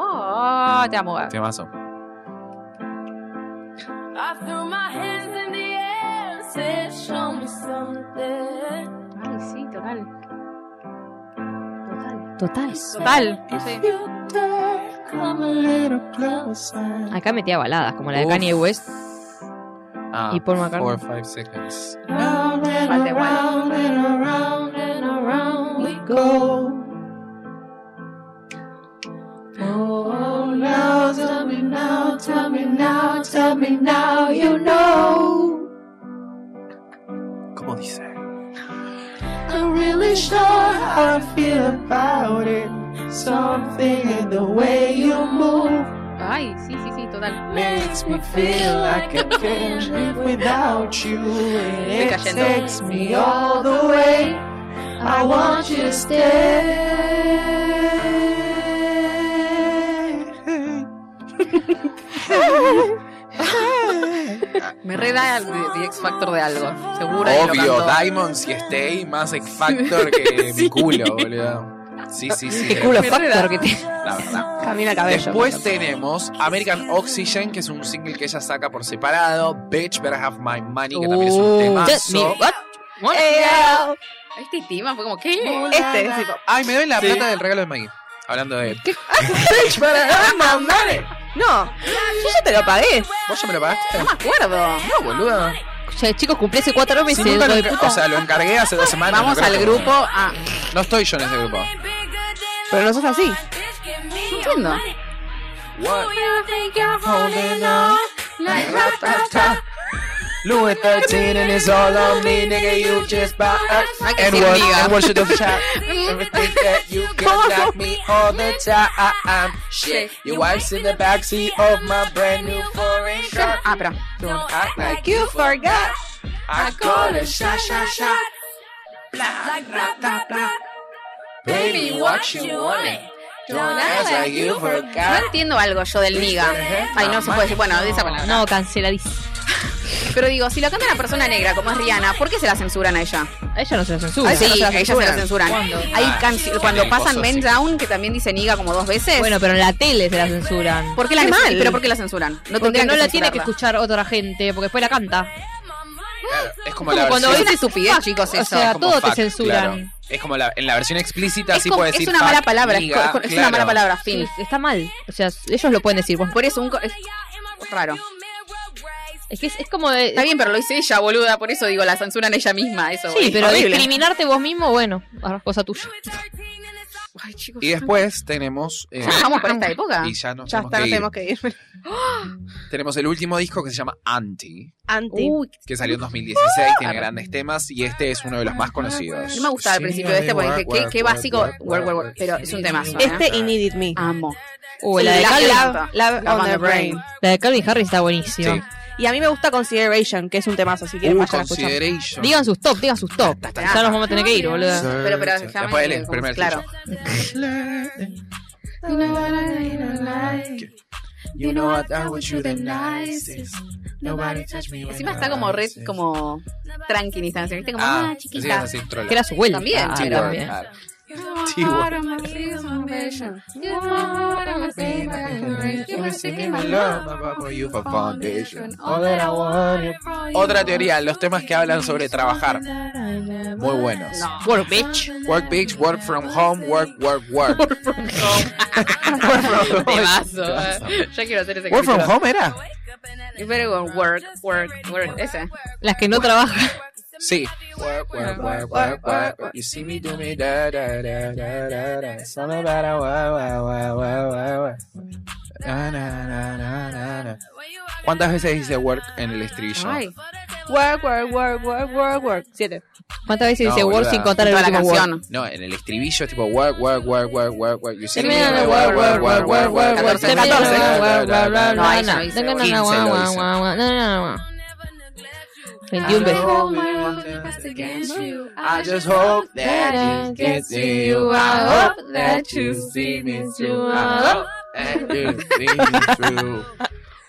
C: Oh, te amo. Gaby.
A: Temazo.
D: I threw my hands in the air, said, Show me something.
C: Ay, sí, total.
D: Total.
C: Total. Total.
D: If you dare, come a little closer.
C: Acá metía baladas, como la de
A: Uf.
C: Kanye West.
A: Ah,
C: Y Paul McCartney.
A: Four or five seconds.
D: Round and
C: Falta igual.
D: around and around and around we go. Oh, now tell me now, tell me now, tell me now you know.
A: ¿Cómo dice?
D: I'm really sure how I feel about it. Something in the way you move
C: Ay, sí, sí, sí, total.
D: makes me feel like I can't live without you. And
C: Estoy
D: it
C: cayendo.
D: takes me all the way. I want you to stay.
C: Me re da el The X Factor de algo. Seguro. que lo
A: Obvio,
C: cantó.
A: Diamonds y Stay más X Factor que mi culo, boludo. Sí, sí, sí.
C: Qué culo
A: la
C: factor que te.
A: verdad.
E: Camila Cabello.
A: Después tenemos American Oxygen, que es un single que ella saca por separado. Bitch Better Have My Money, que también es un
C: Uh,
A: temazo.
C: mi- what? What?
E: Eh, ah,
C: Este tema fue como, ¿qué?
E: Este es tipo.
A: Ay, me doy la
E: Sí.
A: plata del regalo de Maggie. Hablando de.
E: Bitch, but I'm not money. No, yo ya te lo pagué.
A: ¿Vos ya me lo pagaste?
C: No me acuerdo.
A: No, boluda.
C: Che, chicos, cumplí hace cuatro
A: Si
C: meses.
A: nunca
C: hijo
A: lo
C: de
A: enca-
C: puta.
A: o sea, lo encargué hace dos semanas.
C: Vamos
A: no creo
C: al
A: que-
C: grupo. Ah,
A: No estoy yo en ese grupo.
E: Pero no sos así.
C: entiendo.
A: What?
D: You think you're holding on like rock, rock, rock.
A: Louis 13 and it's all on me, nigga. You just buy us.
C: Hay que
A: And
C: decir
A: what,
C: nigga.
A: and what should have shot? Everything that you can knock me all the time. Shit, your wife's in the backseat of my brand new foreign car.
C: Ah, pero.
A: Don't act like
E: You forgot.
A: I call it shot, shot, shot. Blah, blah, blah, blah. Baby, what you want? Don't act like you
C: No
A: forgot.
C: entiendo algo yo del niga. Ay, no se puede decir. Bueno, de esa palabra.
B: No, canceladísimo.
C: Pero digo, si lo canta una persona negra como es Rihanna, ¿por qué se la censuran a ella?
B: A ella no se la
C: Ah,
B: censura.
C: sí,
E: se la
C: a ella se la
E: censuran.
C: censuran. Hay
A: Ah,
C: canci-
A: sí,
C: cuando
A: sí,
C: pasan
A: cosas,
C: Men
A: sí.
C: Down, que también dice niga como dos veces.
B: Bueno, pero en la tele se la censuran.
C: ¿por qué la
E: qué
C: censuran?
E: mal.
C: Pero ¿por qué la censuran? No
B: Porque
C: tendrían
B: no
C: que
B: la tiene que
C: censurarla.
B: escuchar otra gente, porque después la canta.
A: Es como
B: Como
A: la
B: cuando
A: versión-
C: Es una estupidez,
B: Fuck,
C: chicos,
B: O
C: eso.
B: sea,
A: Es como
B: todo te
A: fuck,
B: censuran.
A: claro. Es como la, en la versión explícita,
C: Es
A: sí
C: como-
A: puede
C: es
A: decir.
C: una
A: fuck,
C: mala palabra, es
A: nigga,
C: co- es una mala
A: claro.
C: palabra, fin.
B: Sí, está mal. O sea, ellos lo pueden decir. Bueno,
C: Por eso un co- es raro.
B: es que es, es como de.
C: Está bien, pero lo hice ella, boluda. Por eso digo, la censuran ella misma. Eso,
B: Sí,
C: es
B: pero
C: horrible.
B: discriminarte vos mismo, bueno, ahora es cosa tuya.
C: Ay, chicos.
A: Y después tenemos. eh,
C: Vamos por esta época.
A: y ya nos
E: Ya
A: tenemos
E: está,
A: que
E: no
A: ir.
E: tenemos que ir.
A: Tenemos el último disco que se llama Anti,
E: Anti.
C: Uy,
A: que salió en 2016, tiene grandes temas y este es uno de los más conocidos.
C: no me gustaba al principio de este porque dije, qué, qué básico. Work, work, work. Pero es un temazo. ¿eh?
E: Este y Needed Me.
C: Amo.
B: Uh,
C: Sí,
B: la, de
C: la-
B: Calvin,
C: la-
E: Love, Love
C: Love
E: on the Brain.
B: la de Calvin Harris está
A: Sí.
C: Uh,
B: buenísima.
E: Y a mí me gusta Consideration, que es un temazo, si quieren
A: Uh,
E: vayan a escuchar.
A: consideration.
B: Digan sus top, digan sus top. Ya nos vamos a tener que ir, boludo.
C: Pero, pero, déjame-
A: Después él, el primer
C: claro.
D: You know what, I was you the nicest. Nobody touched me when
C: Encima
D: I
C: está como red,
D: was this.
C: como tranqui en esta canción, ¿viste? Como, ah,
A: Ah, sí,
C: chiquita.
A: es así, trola.
B: Que era su vuelta.
C: También,
B: Ah,
C: sí,
A: Keyword,
B: también.
A: claro.
D: You're my
A: Chivo.
D: heart and my tears, my passion. You're my heart and my pain, my rage. You were seeking my love, my love for you for foundation. All that I wanted from you.
A: Otra teoría, los temas que hablan sobre trabajar. Muy buenos.
B: Work, bitch.
A: Work bitch, work from home, work, work, work. Work from home.
C: Temazo. Yo quiero hacer ese
A: Work from
C: capítulo.
A: home era.
C: Es very good. Work, work, work. Ese.
B: Las que no trabajan.
A: Sí. Work, work, work, work, work, work. You see me do me da da da da da da. Something about a wa wa wa wa wa wa. Na, na, na, na, na, na. ¿Cuántas veces dice work en el estribillo?
C: Ay,
E: Work, work, work, work, work, work. Siete.
B: ¿Cuántas veces
A: No,
B: dice Word
A: boluda.
B: sin contar el
C: toda la
B: último Word?
C: canción.
A: No, en el estribillo es tipo work, work, work, work, work, work. You see me
B: Termina
A: do me da,
B: de work, work, work, work, work, work.
C: 14,
B: Termina de
C: 14.
B: work, work, work, work,
C: No, ahí
B: work,
C: no hice,
B: work.
C: boluda.
A: 15 lo
B: Guau,
A: hice.
B: guau, guau, no, no, no, no. 21 veces.
D: Hold my arms and press against you.
A: I just hope that it gets to you. I hope that you see me through. I hope that you see me through.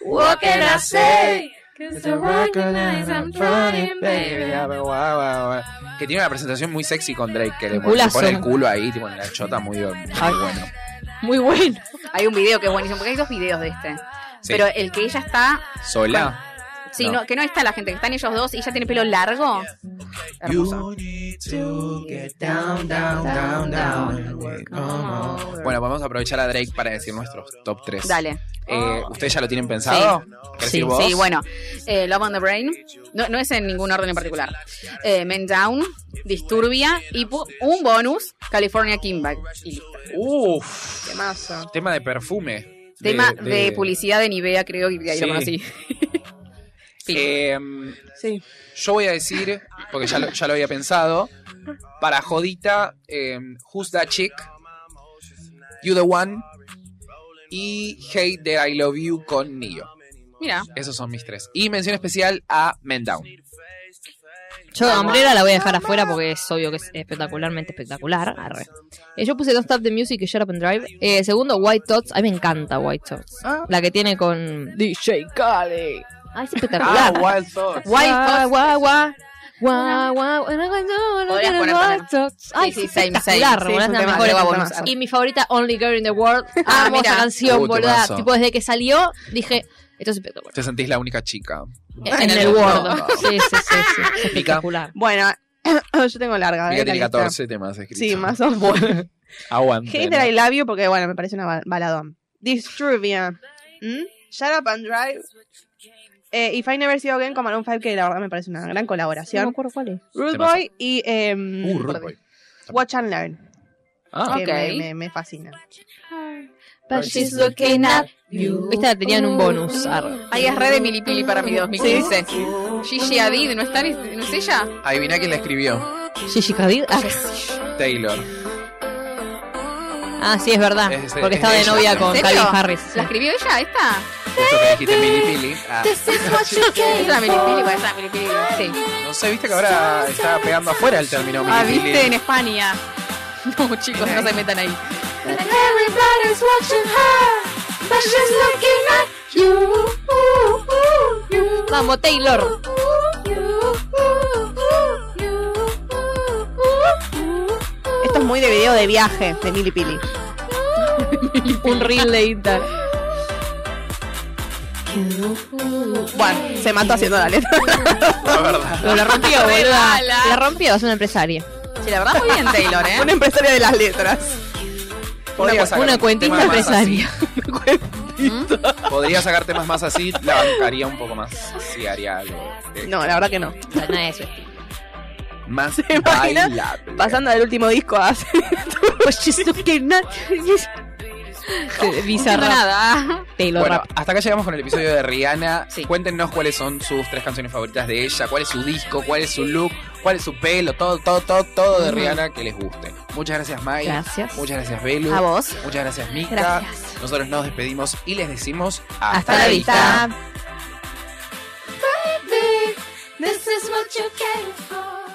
D: What can I say?
A: It's
D: Cause
A: a
D: I
A: record
D: recognize
A: and
D: I'm
A: I'm
D: trying,
A: running, baby,
D: baby.
A: I'm a guau, guau, guau. Que tiene una presentación muy sexy con Drake, que le
B: Un
A: muestra-
B: culazo.
A: pone el culo ahí, tipo en la chota, muy, muy bueno.
B: Muy bueno.
C: Hay un video que es buenísimo, porque hay dos videos de este.
A: Sí.
C: Pero el que ella está,
A: Sola.
C: sí,
A: No.
C: no, que no está la gente, que están ellos dos y ella tiene pelo largo. Hermoso.
A: You need to get down, down, down, down. Eh, Bueno, vamos a aprovechar a Drake para decir nuestros top 3.
C: Dale.
A: ¿Ustedes ya lo tienen pensado? ¿Querés
C: Sí,
A: ir vos?
C: sí, bueno. Eh, Love on the Brain. No, no es en ningún orden en particular. Eh, Men Down, Disturbia y po- un bonus, California Kimbag. Y listo.
A: Uf,
E: Temazo.
A: tema de perfume.
C: Tema de, publicidad de Nivea, creo que de ahí lo
A: Sí.
C: conocí.
A: Eh,
E: Sí.
A: Yo voy a decir, porque ya lo, ya lo había pensado, para Jodita, eh, Who's That Chick, You The One y Hate That I Love You con Nio.
C: Mira,
A: Esos son mis tres. Y mención especial a Men Down.
B: Yo de Umbrella la voy a dejar afuera porque es obvio que es espectacularmente espectacular. Arre. Eh, yo puse Don't Stop the Music y Shut Up and Drive. Eh, segundo, White Tots. A mí me encanta White Tots. La que tiene con DJ Khaled. Ah, es espectacular.
A: Wild Thoughts.
C: Wild Thoughts.
B: Guau, guau, guau, guau, guau, guau, guau,
C: Podrías
B: guau,
C: poner
B: guau,
C: para-
B: guau. Ay,
C: sí,
B: sí,
C: same,
B: espectacular,
E: same.
B: boluda,
E: Sí, es un
B: es la
E: tema,
B: mejor
E: tema,
B: de-
E: temazo.
B: Y mi favorita, Only Girl in the World.
C: Ah,
B: Amo
C: mira.
B: esa canción,
A: Uh,
B: boluda.
A: temazo.
B: Tipo, desde que salió, dije, esto es espectacular.
A: Te sentís la única chica.
B: En el World. Sí, sí, sí, sí. Es espectacular.
E: Bueno, yo tengo larga.
A: Mira,
E: eh, la
A: tiene
E: lista.
A: 14 temas escritos.
E: Sí, más o menos.
A: Aguante.
E: Hate that I love you porque, bueno, me parece una ba- baladón. Disturbia. ¿Mm? Shut up and drive. Eh, If I Never See You Again con Maroon 5, que la verdad me parece una gran
B: No me
E: colaboración.
B: acuerdo cuál es.
E: Rude
A: Temazo.
E: Boy y eh,
A: Uh, Rude Boy.
E: Watch and Learn,
A: Ah,
E: que
C: Ok.
E: me, me- me fascina.
B: But
A: she's
B: looking at you. Esta la tenían un bonus.
C: Mm.
B: arre.
C: ahí es re de Milipili para mí 2015. Gigi Hadid, ¿no, está, ¿no es ella?
A: Adivina quién la escribió.
B: Gigi Hadid. Ah,
A: Taylor.
B: Ah, sí, es verdad.
A: Es- es-
B: Porque
A: es
B: estaba de
A: ella.
B: novia con
C: ¿En
B: Calvin
C: serio?
B: Harris.
C: ¿La escribió ella, esta?
A: Justo que dijiste Mili Pili. Ah,
C: Es la Milipili, pues, es la Milipili, sí.
A: no sé, viste que ahora está pegando afuera el término Mili
C: Ah,
A: Pili.
C: viste, en España. No, chicos, no se metan ahí.
D: Everybody's watching her, but she's looking at you. Ooh, ooh, you.
B: Vamos, Taylor.
D: Ooh, you. Ooh, ooh, you. Ooh, ooh, ooh.
E: Esto es muy de video de viaje de Mili Pili.
B: Un reel de Inter.
E: Bueno, se mató haciendo la letra.
A: La verdad.
B: Pero la rompió, boluda.
C: mala.
B: La rompió, es una empresaria.
C: Sí, la verdad, muy bien, Taylor, ¿eh?
E: Una empresaria de las letras.
A: Podría sacar
B: Una
A: temas
B: cuentista
A: más
B: empresaria.
C: ¿Mm?
A: así. Podría sacar temas más así, la bancaría un poco más. Sí, haría algo. de-
E: No, la verdad que no.
B: O sea, no es eso.
A: Más
E: imaginas?
A: bailable.
E: Pasando del último disco a
B: Pues she's looking at you.
C: No
B: Bizarra.
C: nada.
B: Taylor
A: Bueno,
B: Rap.
A: hasta acá llegamos con el episodio de Rihanna.
C: Sí.
A: Cuéntenos cuáles son sus tres canciones favoritas de ella, cuál es su disco, cuál es su look, cuál es su pelo, todo, todo, todo, todo de Rihanna que les guste. Muchas gracias, Mai.
B: Gracias.
A: Muchas gracias, Belu.
C: A vos.
A: Muchas gracias, Mika.
B: Gracias.
A: Nosotros nos despedimos y les decimos
B: Hasta la vista.
D: Baby, this is what you came for.